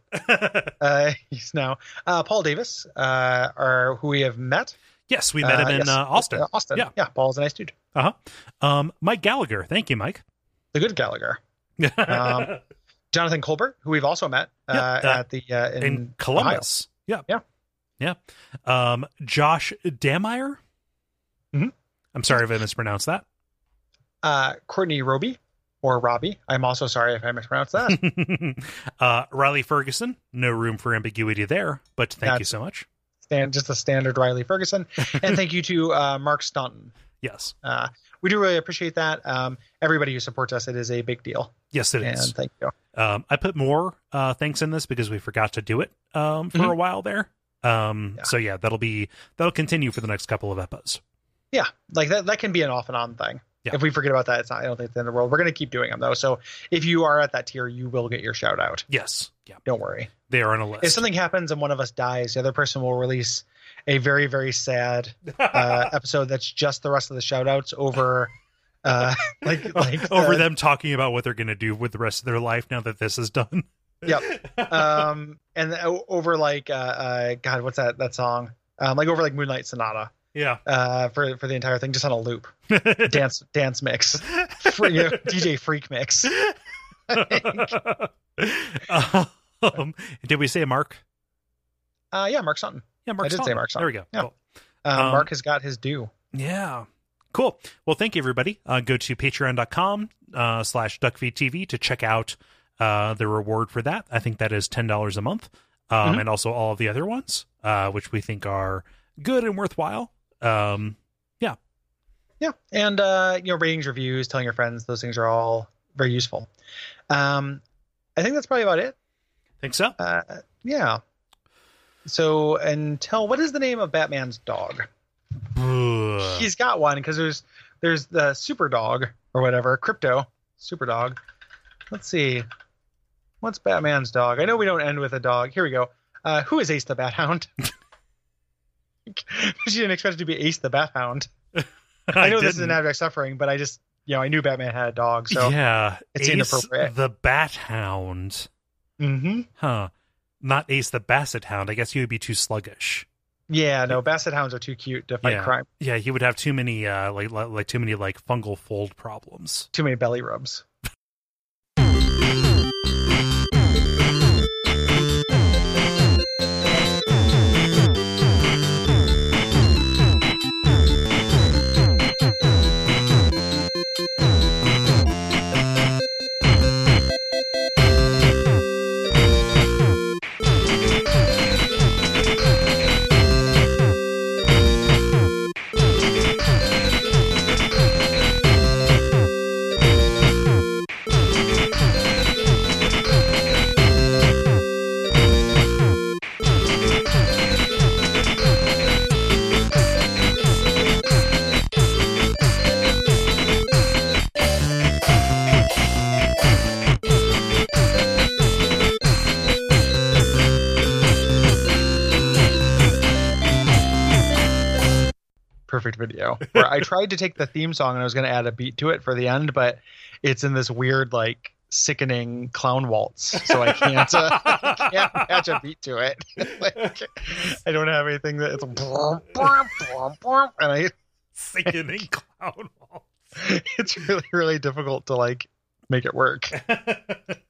uh, he's now uh, paul davis uh, or who we have met yes, we met him Uh, in yes. uh, Austin. Uh, austin Yeah. yeah. yeah paul's a nice dude Uh huh. Um, Mike Gallagher. Thank you, Mike. the good gallagher Um, Jonathan Colbert, who we've also met Yeah, uh, uh, at the uh, in, *laughs* in Columbus. Yeah. Yeah. Yeah. Um, Josh Dameyer. Mhm. I'm sorry if I mispronounced that. *laughs* Ohio. Uh, Courtney Roby or Robbie. I'm also sorry if I mispronounced that. *laughs* uh, Riley Ferguson. No room for ambiguity there, but thank you That's- so much. Stand just the standard Riley Ferguson. And thank you to uh, Mark Staunton. Yes. Uh, we do really appreciate that. Um, everybody who supports us, it is a big deal. Yes, it is. and thank you. Um, I put more uh, thanks in this because we forgot to do it um, for Mhm. a while there. Um, So yeah, that'll be that'll continue for the next couple of episodes. Yeah, like that that can be an off and on thing. Yeah. If we forget about that, it's not. I don't think it's the end of the world. We're gonna keep doing them though. So if you are at that tier, you will get your shout out. Yes, yeah, Don't worry. they are on a If list. *laughs* something happens and one of us dies, the other person will release a very very sad *laughs* uh, episode that's just the rest of the shout outs over. Uh, *laughs* *laughs* like like uh, over the- them talking about what they're going to do with the rest of their life now that this is done. *laughs* Yep. Um, and the- o- over like uh, uh, God, what's that that song? Um, like over like Moonlight Sonata *laughs* Yeah. *laughs* uh, for for the entire thing, just on a loop, dance dance mix, Free, you know, DJ freak mix. um, did we say a mark? Uh, yeah, Mark Sutton. Yeah, Mark. I did say Sutton. Mark Sutton. There we go. Yeah. Cool. Um, Um, Mark has got his due. Yeah. Cool. Well, thank you, everybody. Uh, go to patreon.com uh, slash duckfeedtv to check out uh, the reward for that. I think that is $10 a month. Um, Mm-hmm. And also all of the other ones, uh, which we think are good and worthwhile. Um, yeah. Yeah, and uh, you know ratings, reviews, telling your friends, those things are all very useful. Um, I think that's probably about it. *laughs* Think so? Uh, yeah. So until what is the name of Batman's dog? Ugh. he's got one because there's there's the super dog or whatever crypto super dog let's see what's batman's dog i know we don't end with a dog here we go uh who is ace the bat hound *laughs* she didn't expect it to be ace the bat hound i, know this is an didn't- abject suffering but i just you know i knew batman had a dog so yeah. it's Ace inappropriate. The Bat Hound. hmm Huh. Not Ace the Basset Hound. I guess he would be too sluggish. yeah no basset hounds are too cute to fight Yeah. crime Yeah, he would have too many uh like like like too many like fungal fold problems. too many belly rubs perfect video where I tried to take the theme song and I was going to add a beat to it for the end, but it's in this weird, like, sickening clown waltz. So I can't, *laughs* uh, I can't match a beat to it. *laughs* like, I don't have anything that it's, *laughs* and I, *laughs* Sickening *laughs* clown it's really, really difficult to, like, make it work. wall.